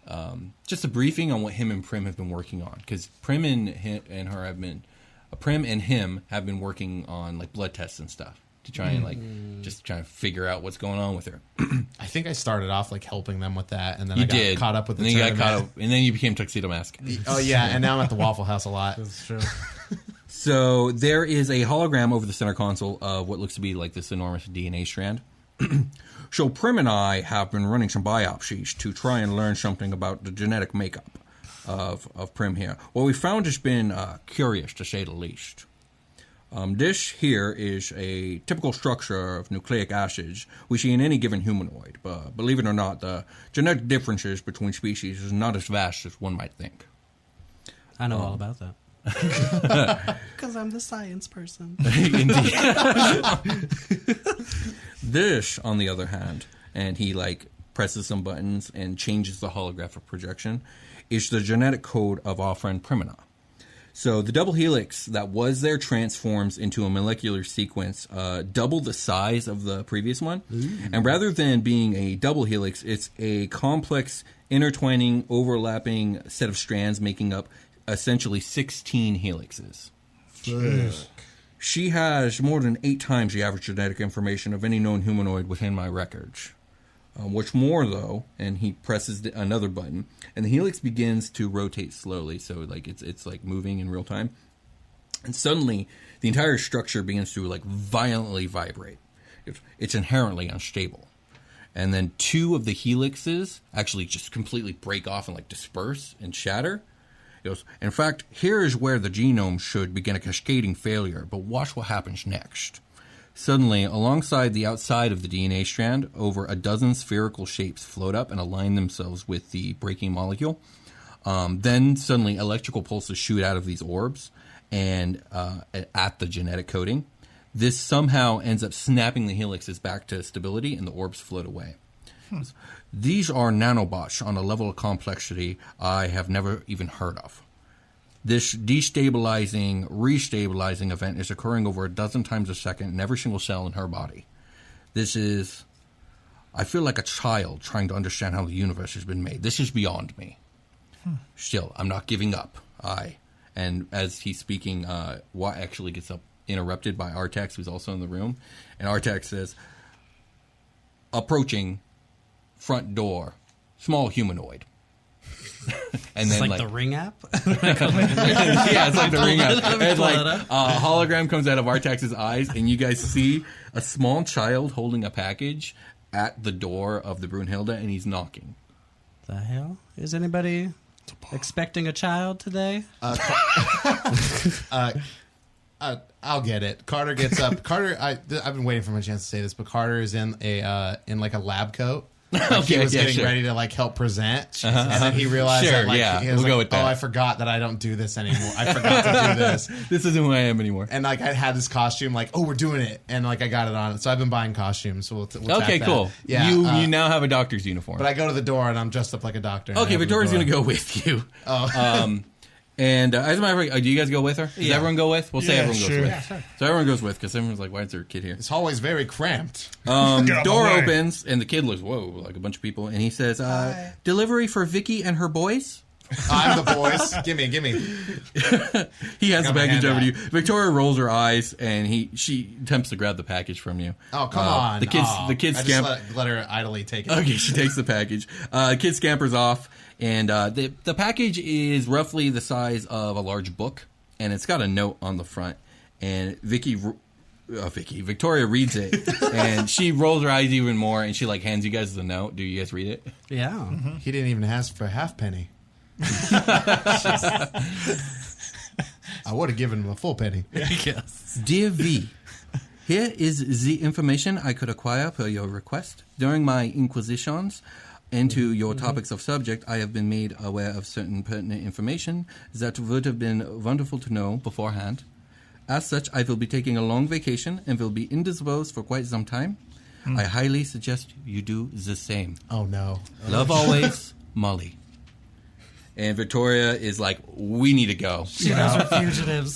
S3: um, just a briefing on what him and Prim have been working on because Prim and him and her have been uh, Prim and him have been working on like blood tests and stuff to try and like just try and figure out what's going on with her.
S6: I think I started off like helping them with that, and then
S3: You
S6: I got
S3: did
S6: caught up with the
S3: and then you got
S6: tournament.
S3: caught up, and then you became Tuxedo Mask.
S6: Oh yeah, and now I'm at the Waffle House a lot.
S5: That's true.
S3: So there is a hologram over the center console of what looks to be like this enormous DNA strand. so Prim and I have been running some biopsies to try and learn something about the genetic makeup of, of Prim here. What we found has been uh, curious, to say the least. Um, this here is a typical structure of nucleic acids we see in any given humanoid, but believe it or not, the genetic differences between species is not as vast as one might think.
S5: I know all about that. Because I'm the science person.
S3: Indeed. this, on the other hand, and he like presses some buttons and changes the holographic projection, is the genetic code of our friend Primina. So the double helix that was there transforms into a molecular sequence uh, double the size of the previous one. And rather than being a double helix, it's a complex intertwining, overlapping set of strands making up essentially 16 helixes. She has more than eight times the average genetic information of any known humanoid within my records. Um, what's more, though, and he presses the, another button, and the helix begins to rotate slowly, so like it's it's like moving in real time, and suddenly the entire structure begins to like violently vibrate. It's, it's inherently unstable, and then two of the helixes actually just completely break off and like disperse and shatter. He goes, In fact, here is where the genome should begin a cascading failure, but watch what happens next. Suddenly, alongside the outside of the DNA strand, over a dozen spherical shapes float up and align themselves with the breaking molecule. Um, then suddenly, electrical pulses shoot out of these orbs and uh, at the genetic coding. This somehow ends up snapping the helixes back to stability and the orbs float away. These are nanobots on a level of complexity I have never even heard of. This destabilizing, restabilizing event is occurring over a dozen times a second in every single cell in her body. This is. I feel like a child trying to understand how the universe has been made. This is beyond me. Still, I'm not giving up. I. And as he's speaking, uh, Watt actually gets up, interrupted by Artax, who's also in the room. And Artax says, approaching front door, small humanoid. and
S5: It's
S3: then,
S5: like,
S3: like,
S5: the Ring app.
S3: yeah, it's like the ring out.
S5: Let me
S3: And
S5: pull
S3: like
S5: it up.
S3: a hologram comes out of Artax's eyes, and you guys see a small child holding a package at the door of the Brunhilde, and he's knocking.
S5: the hell is anybody expecting a child today?
S6: uh, I'll get it. Carter gets up. Carter, I, th- I've been waiting for my chance to say this, but Carter is in a uh, in like a lab coat. Like he
S3: Okay,
S6: was
S3: yeah,
S6: getting
S3: sure. Uh-huh,
S6: ready to like help present, and then he realized
S3: Sure,
S6: that like,
S3: yeah,
S6: he was
S3: we'll
S6: like,
S3: go with that.
S6: oh, I forgot that I don't do this anymore. I forgot to do this,
S3: This isn't who I am anymore.
S6: and like I had this costume, like oh, we're doing it, and like I got it on. So I've been buying costumes. So we'll, t- we'll
S3: okay,
S6: tap that.
S3: cool.
S6: Yeah,
S3: you
S6: uh,
S3: you now have a doctor's uniform.
S6: But I go to the door and I'm dressed up like a Oh. doctor. and I
S3: okay,
S6: open the
S3: Victoria's
S6: door.
S3: gonna go with you. Um, and uh, as a matter of fact, uh, do you guys go with her? Does everyone go with? We'll say
S4: Yeah,
S3: everyone goes
S4: sure.
S3: with.
S4: Yeah,
S3: So everyone goes with because everyone's like, "Why is there a kid here?"
S6: This hallway's very cramped.
S3: Um,
S4: Get out
S3: door
S4: my way.
S3: opens and the kid looks whoa like a bunch of people, and he says, uh, "Delivery for Vicky and her boys."
S6: I'm the boys. gimme, gimme.
S3: He has the
S6: Got my
S3: package
S6: hand
S3: over to you.
S6: out.
S3: Victoria rolls her eyes and he she attempts to grab the package from you.
S6: Oh come
S3: Uh,
S6: on.
S3: The kids
S6: Aw.
S3: the kids
S6: I just
S3: scamp.
S6: let, let her idly take it.
S3: Okay, she takes the package. Uh, kid scampers off, and uh, the the package is roughly the size of a large book, and it's got a note on the front. And Vicky, r- uh, Vicky, Victoria reads it, and she rolls her eyes even more, and she like hands you guys the note. Do you guys read it?
S5: Yeah.
S3: mm-hmm.
S6: He didn't even ask for a halfpenny. I would have given him a full penny.
S5: Yes.
S3: Dear V, here is the information I could acquire per your request. During my inquisitions into your topics of subject, I have been made aware of certain pertinent information that would have been wonderful to know beforehand. As such, I will be taking a long vacation and will be indisposed for quite some time. I highly suggest you do the same.
S6: Oh no.
S3: Love always, Molly. And Victoria is like, we need to go.
S5: You guys are fugitives.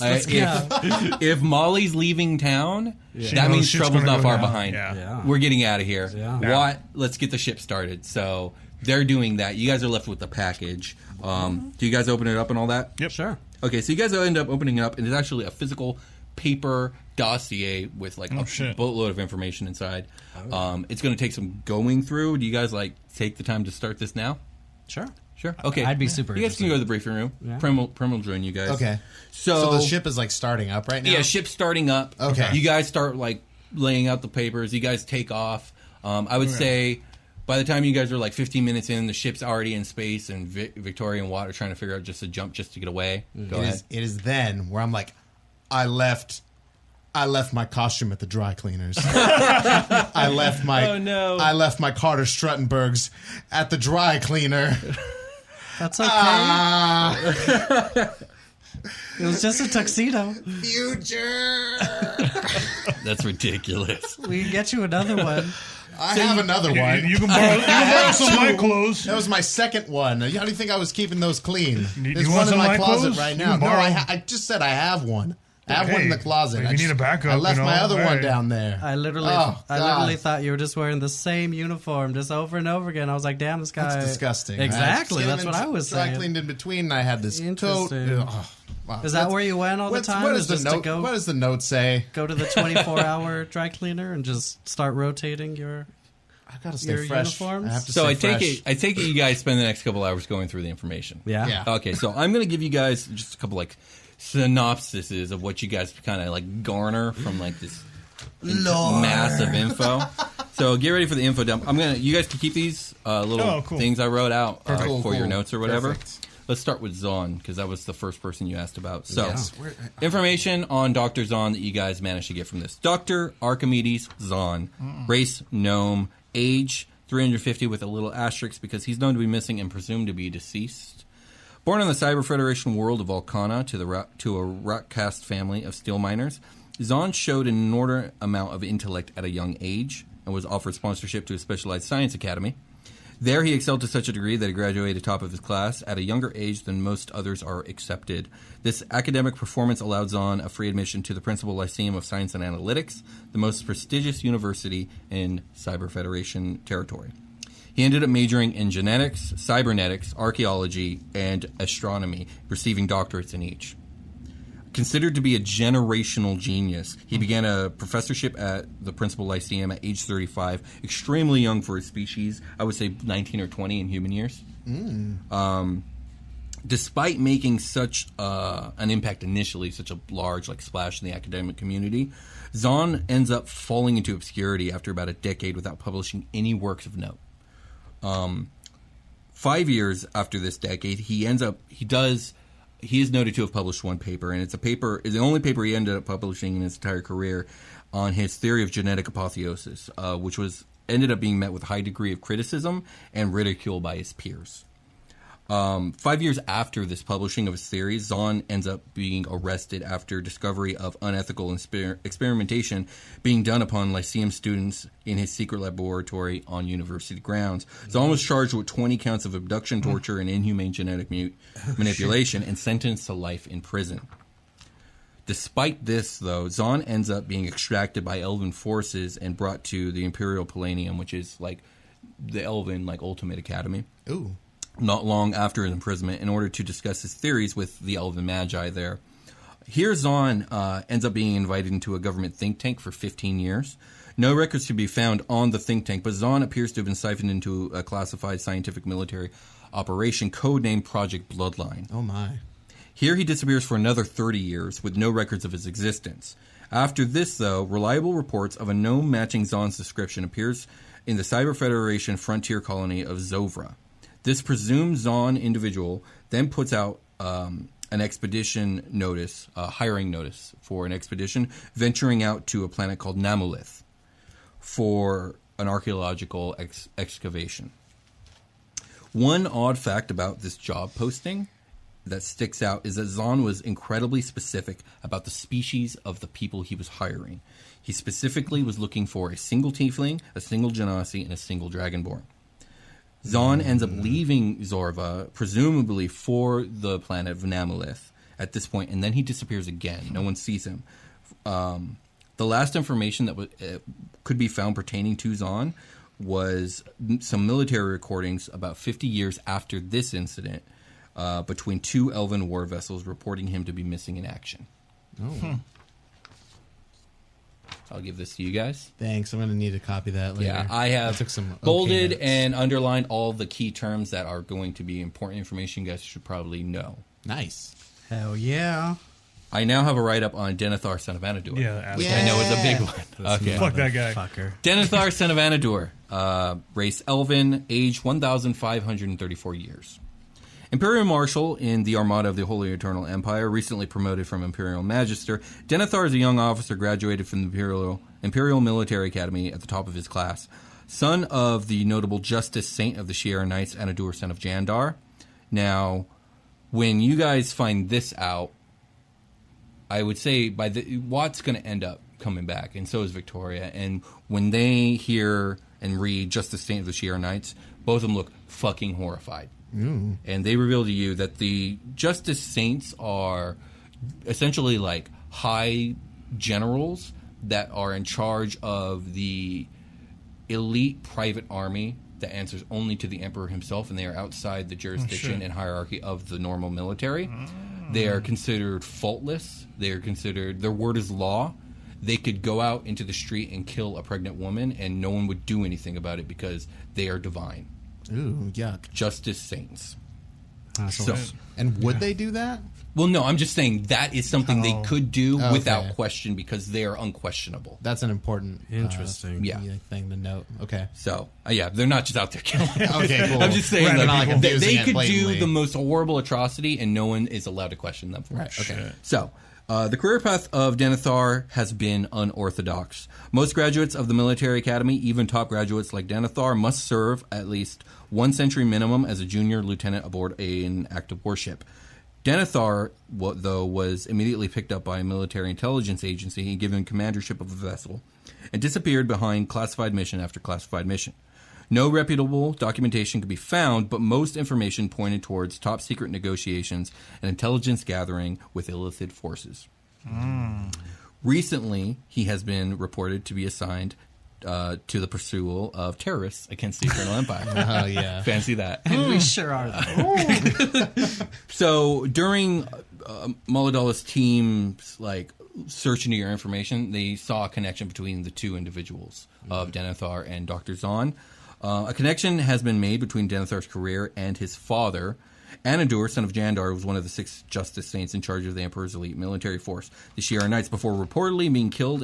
S3: I-
S5: Let's go.
S3: if, if Molly's leaving town,
S4: She
S3: that
S4: knows
S3: means
S4: shit's
S3: trouble's not
S4: gonna go
S3: far
S4: down.
S3: behind.
S4: Yeah.
S5: Yeah.
S3: We're getting out of here.
S5: Yeah.
S3: What? Let's get the ship started. So they're doing that. You guys are left with the package. Um, do you guys open it up and all that?
S4: Yep.
S5: Sure.
S3: Okay, so you guys end up opening it up, and it's actually a physical paper dossier with like a
S4: Oh, shit.
S3: boatload of information inside.
S5: Oh.
S3: Um, it's going to take some going through. Do you guys like take the time to start this now?
S5: Sure.
S3: Sure. Okay.
S5: I'd be super
S3: You guys can go to
S5: interested.
S3: the briefing room. Prim, will, Prim will join you guys.
S6: Okay.
S3: So,
S6: So the ship is like starting up right now.
S3: yeah, ship's starting up.
S6: Okay.
S3: You guys start like laying out the papers. You guys take off. Um, I would say by the time you guys are like 15 minutes in, the ship's already in space, and Vi- Victoria and Watt are trying to figure out just a jump just to get away. Go
S6: It
S3: ahead.
S6: is, it is then where I'm like, I left, I left my costume at the dry cleaners. I left my,
S3: Oh, no.
S6: I left my Carter Struttenbergs at the dry cleaner.
S5: That's okay.
S6: Ah,
S5: It was just a tuxedo.
S6: future.
S3: That's ridiculous.
S5: We can get you another one.
S6: I have another
S4: You,
S6: one.
S4: you can borrow, you can borrow some of my clothes.
S6: That was my second one. How do you think I was keeping those clean?
S4: You-
S6: There's
S4: you want
S6: one in
S4: some
S6: my
S4: of my
S6: closet
S4: clothes?
S6: right
S4: You
S6: now.
S4: can
S6: No,
S4: borrow
S6: I,
S4: them.
S6: ha- I just said I have one. I have one in
S4: Hey,
S6: the closet.
S4: if
S6: I
S4: you need
S6: just-
S4: a backup,
S6: I left
S4: you know,
S6: my other one
S4: hey.
S6: down there.
S5: I literally,
S6: Oh,
S5: I
S6: God.
S5: literally thought you were just wearing the same uniform just over and over again. I was like, damn, this guy.
S6: That's disgusting.
S5: Exactly.
S6: I
S5: That's what I was
S6: dry
S5: saying.
S6: cleaned in between. and I had this coat.
S5: Interesting.
S6: Ugh, wow.
S5: Is that
S6: That's-
S5: where you went all the
S6: what's-
S5: time?
S6: What
S5: Is
S6: does the
S5: just to
S6: note?
S5: go-
S6: What does the note say?
S5: Go to the 24 hour dry cleaner and just start rotating your.
S6: I gotta stay
S5: Your
S6: fresh.
S5: uniforms?
S6: I have to
S3: So
S6: stay
S3: I take
S6: fresh.
S3: it. I take it. You guys spend the next couple hours going through the information.
S5: Yeah.
S6: Yeah.
S3: Okay, so I'm going to give you guys just a couple like synopsises of what you guys kind of like garner from like this mass of info. so get ready for the info dump. I'm gonna. You guys can keep these uh, little
S4: Oh, cool.
S3: things I wrote out uh,
S6: Cool,
S3: for your
S6: cool.
S3: notes or whatever.
S6: Perfect.
S3: Let's start with Zon because that was the first person you asked about. So,
S6: Yes. Where-
S3: information on Doctor Zon that you guys managed to get from this: Doctor Archimedes Zon, race gnome, age 350 with a little asterisk because he's known to be missing and presumed to be deceased. Born on the Cyber Federation world of Volcana to the Ra- to a rock cast family of steel miners, Zahn showed an inordinate amount of intellect at a young age and was offered sponsorship to a specialized science academy. There, he excelled to such a degree that he graduated top of his class at a younger age than most others are accepted. This academic performance allowed Zahn a free admission to the Principal Lyceum of Science and Analytics, the most prestigious university in Cyber Federation territory. He ended up majoring in genetics, cybernetics, archaeology, and astronomy, receiving doctorates in each considered to be a generational genius. He began a professorship at the Principal Lyceum at age 35, extremely young for his species. I would say 19 or 20 in human years. Um, despite making such uh, an impact initially, such a large like splash in the academic community, Zahn ends up falling into obscurity after about a decade without publishing any works of note five years after this decade, he ends up he does he is noted to have published one paper, and it's a paper is the only paper he ended up publishing in his entire career on his theory of genetic apotheosis, uh, which was ended up being met with a high degree of criticism and ridicule by his peers. Um, five years after this publishing of his theory, Zahn ends up being arrested after discovery of unethical insper- experimentation being done upon Lyceum students in his secret laboratory on university grounds. Zahn was charged with 20 counts of abduction, torture, and inhumane genetic mu- manipulation and sentenced to life in prison. Despite this, though, Zahn ends up being extracted by elven forces and brought to the Imperial Palladium, which is like the elven like ultimate academy
S6: Ooh.
S3: not long after his imprisonment in order to discuss his theories with the Elven Magi there. Here, Zahn uh, ends up being invited into a government think tank for 15 years. No records could be found on the think tank, but Zahn appears to have been siphoned into a classified scientific military operation codenamed Project Bloodline.
S6: Oh my.
S3: Here he disappears for another 30 years with no records of his existence. After this, though, reliable reports of a gnome matching Zahn's description appears in the Cyber Federation frontier colony of Zovra. This presumed Zahn individual then puts out um, an expedition notice, a hiring notice for an expedition, venturing out to a planet called Namulith for an archaeological ex- excavation. One odd fact about this job posting that sticks out is that Zahn was incredibly specific about the species of the people he was hiring. He specifically was looking for a single tiefling, a single genasi, and a single dragonborn. Zahn ends up leaving Zorva, presumably for the planet of Namolith at this point, and then he disappears again. No one sees him. Um, the last information that was, uh, could be found pertaining to Zahn was m- some military recordings about 50 years after this incident uh, between two elven war vessels reporting him to be missing in action.
S5: Oh.
S3: I'll give this to you guys.
S5: Thanks. I'm gonna need to copy that later.
S3: Yeah, I have
S5: took some okay
S3: bolded
S5: notes.
S3: and underlined all the key terms that are going to be important information you guys should probably know.
S6: Nice.
S5: Hell yeah.
S3: I now have a write up on Denethor Senevanadur.
S4: Yeah, absolutely.
S3: which I know is a big one. Okay.
S4: Fuck that guy.
S5: Fucker.
S3: Denethor Senevanadur, uh, race Elven, age 1,534 years. Imperial Marshal in the Armada of the Holy Eternal Empire, recently promoted from Imperial Magister, Denethor is a young officer graduated from the Imperial, Imperial Military Academy at the top of his class. Son of the notable Justice Saint of the Shi'ar Knights, Anadur, son of Jandar. Now, when you guys find this out, I would say by the Watt's going to end up coming back, and so is Victoria. And when they hear and read just the Saint of the Shi'ar Knights, both of them look fucking horrified, and they reveal to you that the Justice Saints are essentially like high generals that are in charge of the elite private army that answers only to the emperor himself, and they are outside the jurisdiction and hierarchy of the normal military. They are considered faultless. They are considered their word is law. They could go out into the street and kill a pregnant woman, and no one would do anything about it because they are divine,
S6: Ooh, yuck.
S3: justice saints.
S5: Assholes.
S3: So-
S6: And would they do that?
S3: well, no, I'm just saying that is something
S4: Oh.
S3: they could do
S6: Okay.
S3: without question because they are unquestionable.
S6: That's an important uh,
S5: Interesting.
S3: Yeah.
S6: thing to note. Okay.
S3: So uh, yeah, they're not just out there killing.
S6: Okay, cool.
S3: I'm just saying
S6: Right,
S3: like,
S6: not, like,
S3: they,
S6: abusing
S3: they
S6: it
S3: could do
S6: blatantly.
S3: the most horrible atrocity, and no one is allowed to question them for it. Okay,
S4: Shit.
S3: so. Uh, the career path of Denethor has been unorthodox. Most graduates of the military academy, even top graduates like Denethor, must serve at least one century minimum as a junior lieutenant aboard an active warship. Denethor, wa- though, was immediately picked up by a military intelligence agency and given commandership of a vessel and disappeared behind classified mission after classified mission. No reputable documentation could be found, but most information pointed towards top secret negotiations and intelligence gathering with illicit forces.
S5: Hmm.
S3: Recently, he has been reported to be assigned uh, to the pursuit of terrorists against the Eternal Empire.
S5: Oh yeah,
S3: Fancy that.
S5: we sure are. Though.
S3: So during uh, Mulladulla's team's like search into your information, they saw a connection between the two individuals of Denethor and Doctor Zahn. Uh, a connection has been made between Denethor's career and his father. Anadur, son of Jandar, was one of the six Justice Saints in charge of the Emperor's elite military force, the Shi'ar Knights, before reportedly being killed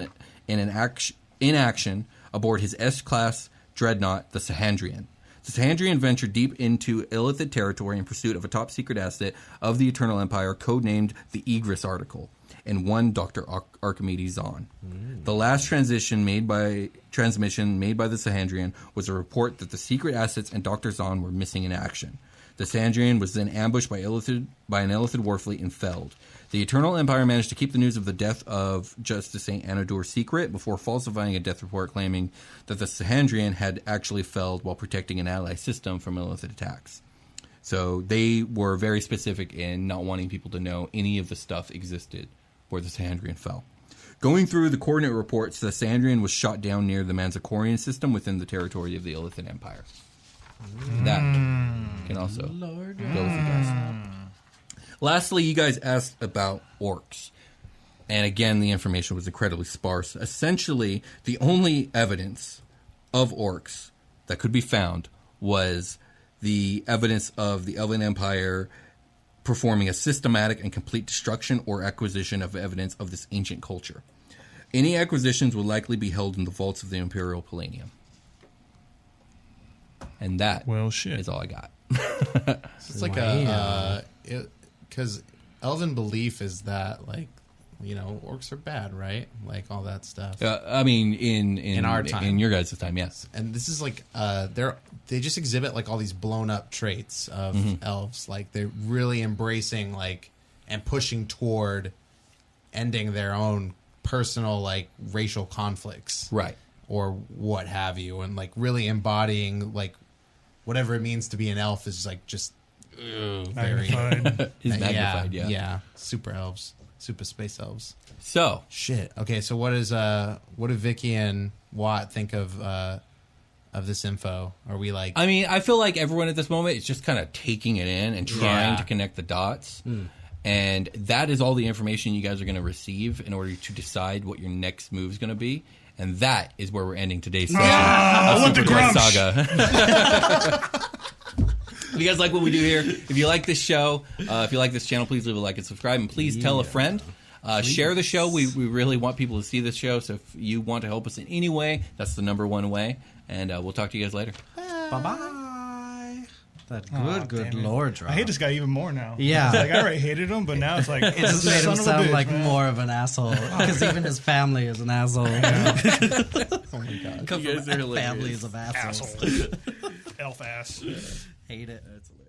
S3: in an action, in action aboard his S-class dreadnought, the Sahandrian. The Sandrian ventured deep into Illithid territory in pursuit of a top secret asset of the Eternal Empire, codenamed the Egris Article, and one Dr. Ar- Archimedes Zahn. The last transition made by transmission made by the Sahandrian was a report that the secret assets and Dr. Zahn were missing in action. The Sandrian was then ambushed by, Illithid, by an Illithid warfleet and felled. The Eternal Empire managed to keep the news of the death of Justice Saint Anadur secret before falsifying a death report claiming that the Sahandrian had actually felled while protecting an ally system from Illithid attacks. So they were very specific in not wanting people to know any of the stuff existed where the Sandrian fell. Going through the coordinate reports, the Sandrian was shot down near the Manzikorian system within the territory of the Illithid Empire. That can also go with you guys. Lastly, you guys asked about orcs. And again, the information was incredibly sparse. Essentially, the only evidence of orcs that could be found was the evidence of the Elven Empire performing a systematic and complete destruction or acquisition of evidence of this ancient culture. Any acquisitions would likely be held in the vaults of the Imperial Palladium. And that
S4: Well, shit.
S3: is all I got.
S6: It's like a because Elven belief is that like you know orcs are bad, right? Like all that stuff.
S3: Uh, I mean, in, in
S6: In our time.
S3: in your guys' time, yes.
S6: and this is like uh they're they just exhibit like all these blown up traits of elves like they're really embracing like and pushing toward ending their own personal like racial conflicts
S3: Right.
S6: or what have you and like really embodying like whatever it means to be an elf is like just ugh, very
S4: Magnified.
S3: Is magnified, yeah.
S6: yeah super elves super space elves
S3: So,
S6: Shit. Okay, so what is uh what do Vicky and Watt think of uh of this info? Are we like
S3: I mean, I feel like everyone at this moment is just kind of taking it in and trying
S6: Yeah.
S3: to connect the dots. And that is all the information you guys are going to receive in order to decide what your next move is going to be. And that is where we're ending today's session
S4: Ah, I
S3: of
S4: want the
S3: Super Quest
S4: grumps.
S3: Saga. if you guys like what we do here, if you like this show, uh, if you like this channel, please leave a like and subscribe. And please tell a friend. Uh, share the show. We, we really want people to see this show. So if you want to help us in any way, that's the number one way. And uh, we'll talk to you guys later.
S5: bye bye. That good,
S4: Aw,
S5: good
S4: damn it.
S5: lord, Rob.
S4: I hate this guy even more now.
S5: Yeah.
S4: It's like I already hated him, but now it's like
S5: It just made
S4: son
S5: him
S4: of a
S5: sound
S4: bitch,
S5: like
S4: man. Oh,
S5: more of an asshole because even his family is an asshole. oh my god,
S3: You guys are hilarious.
S5: families of assholes.
S4: asshole, elf ass.
S5: Hate it.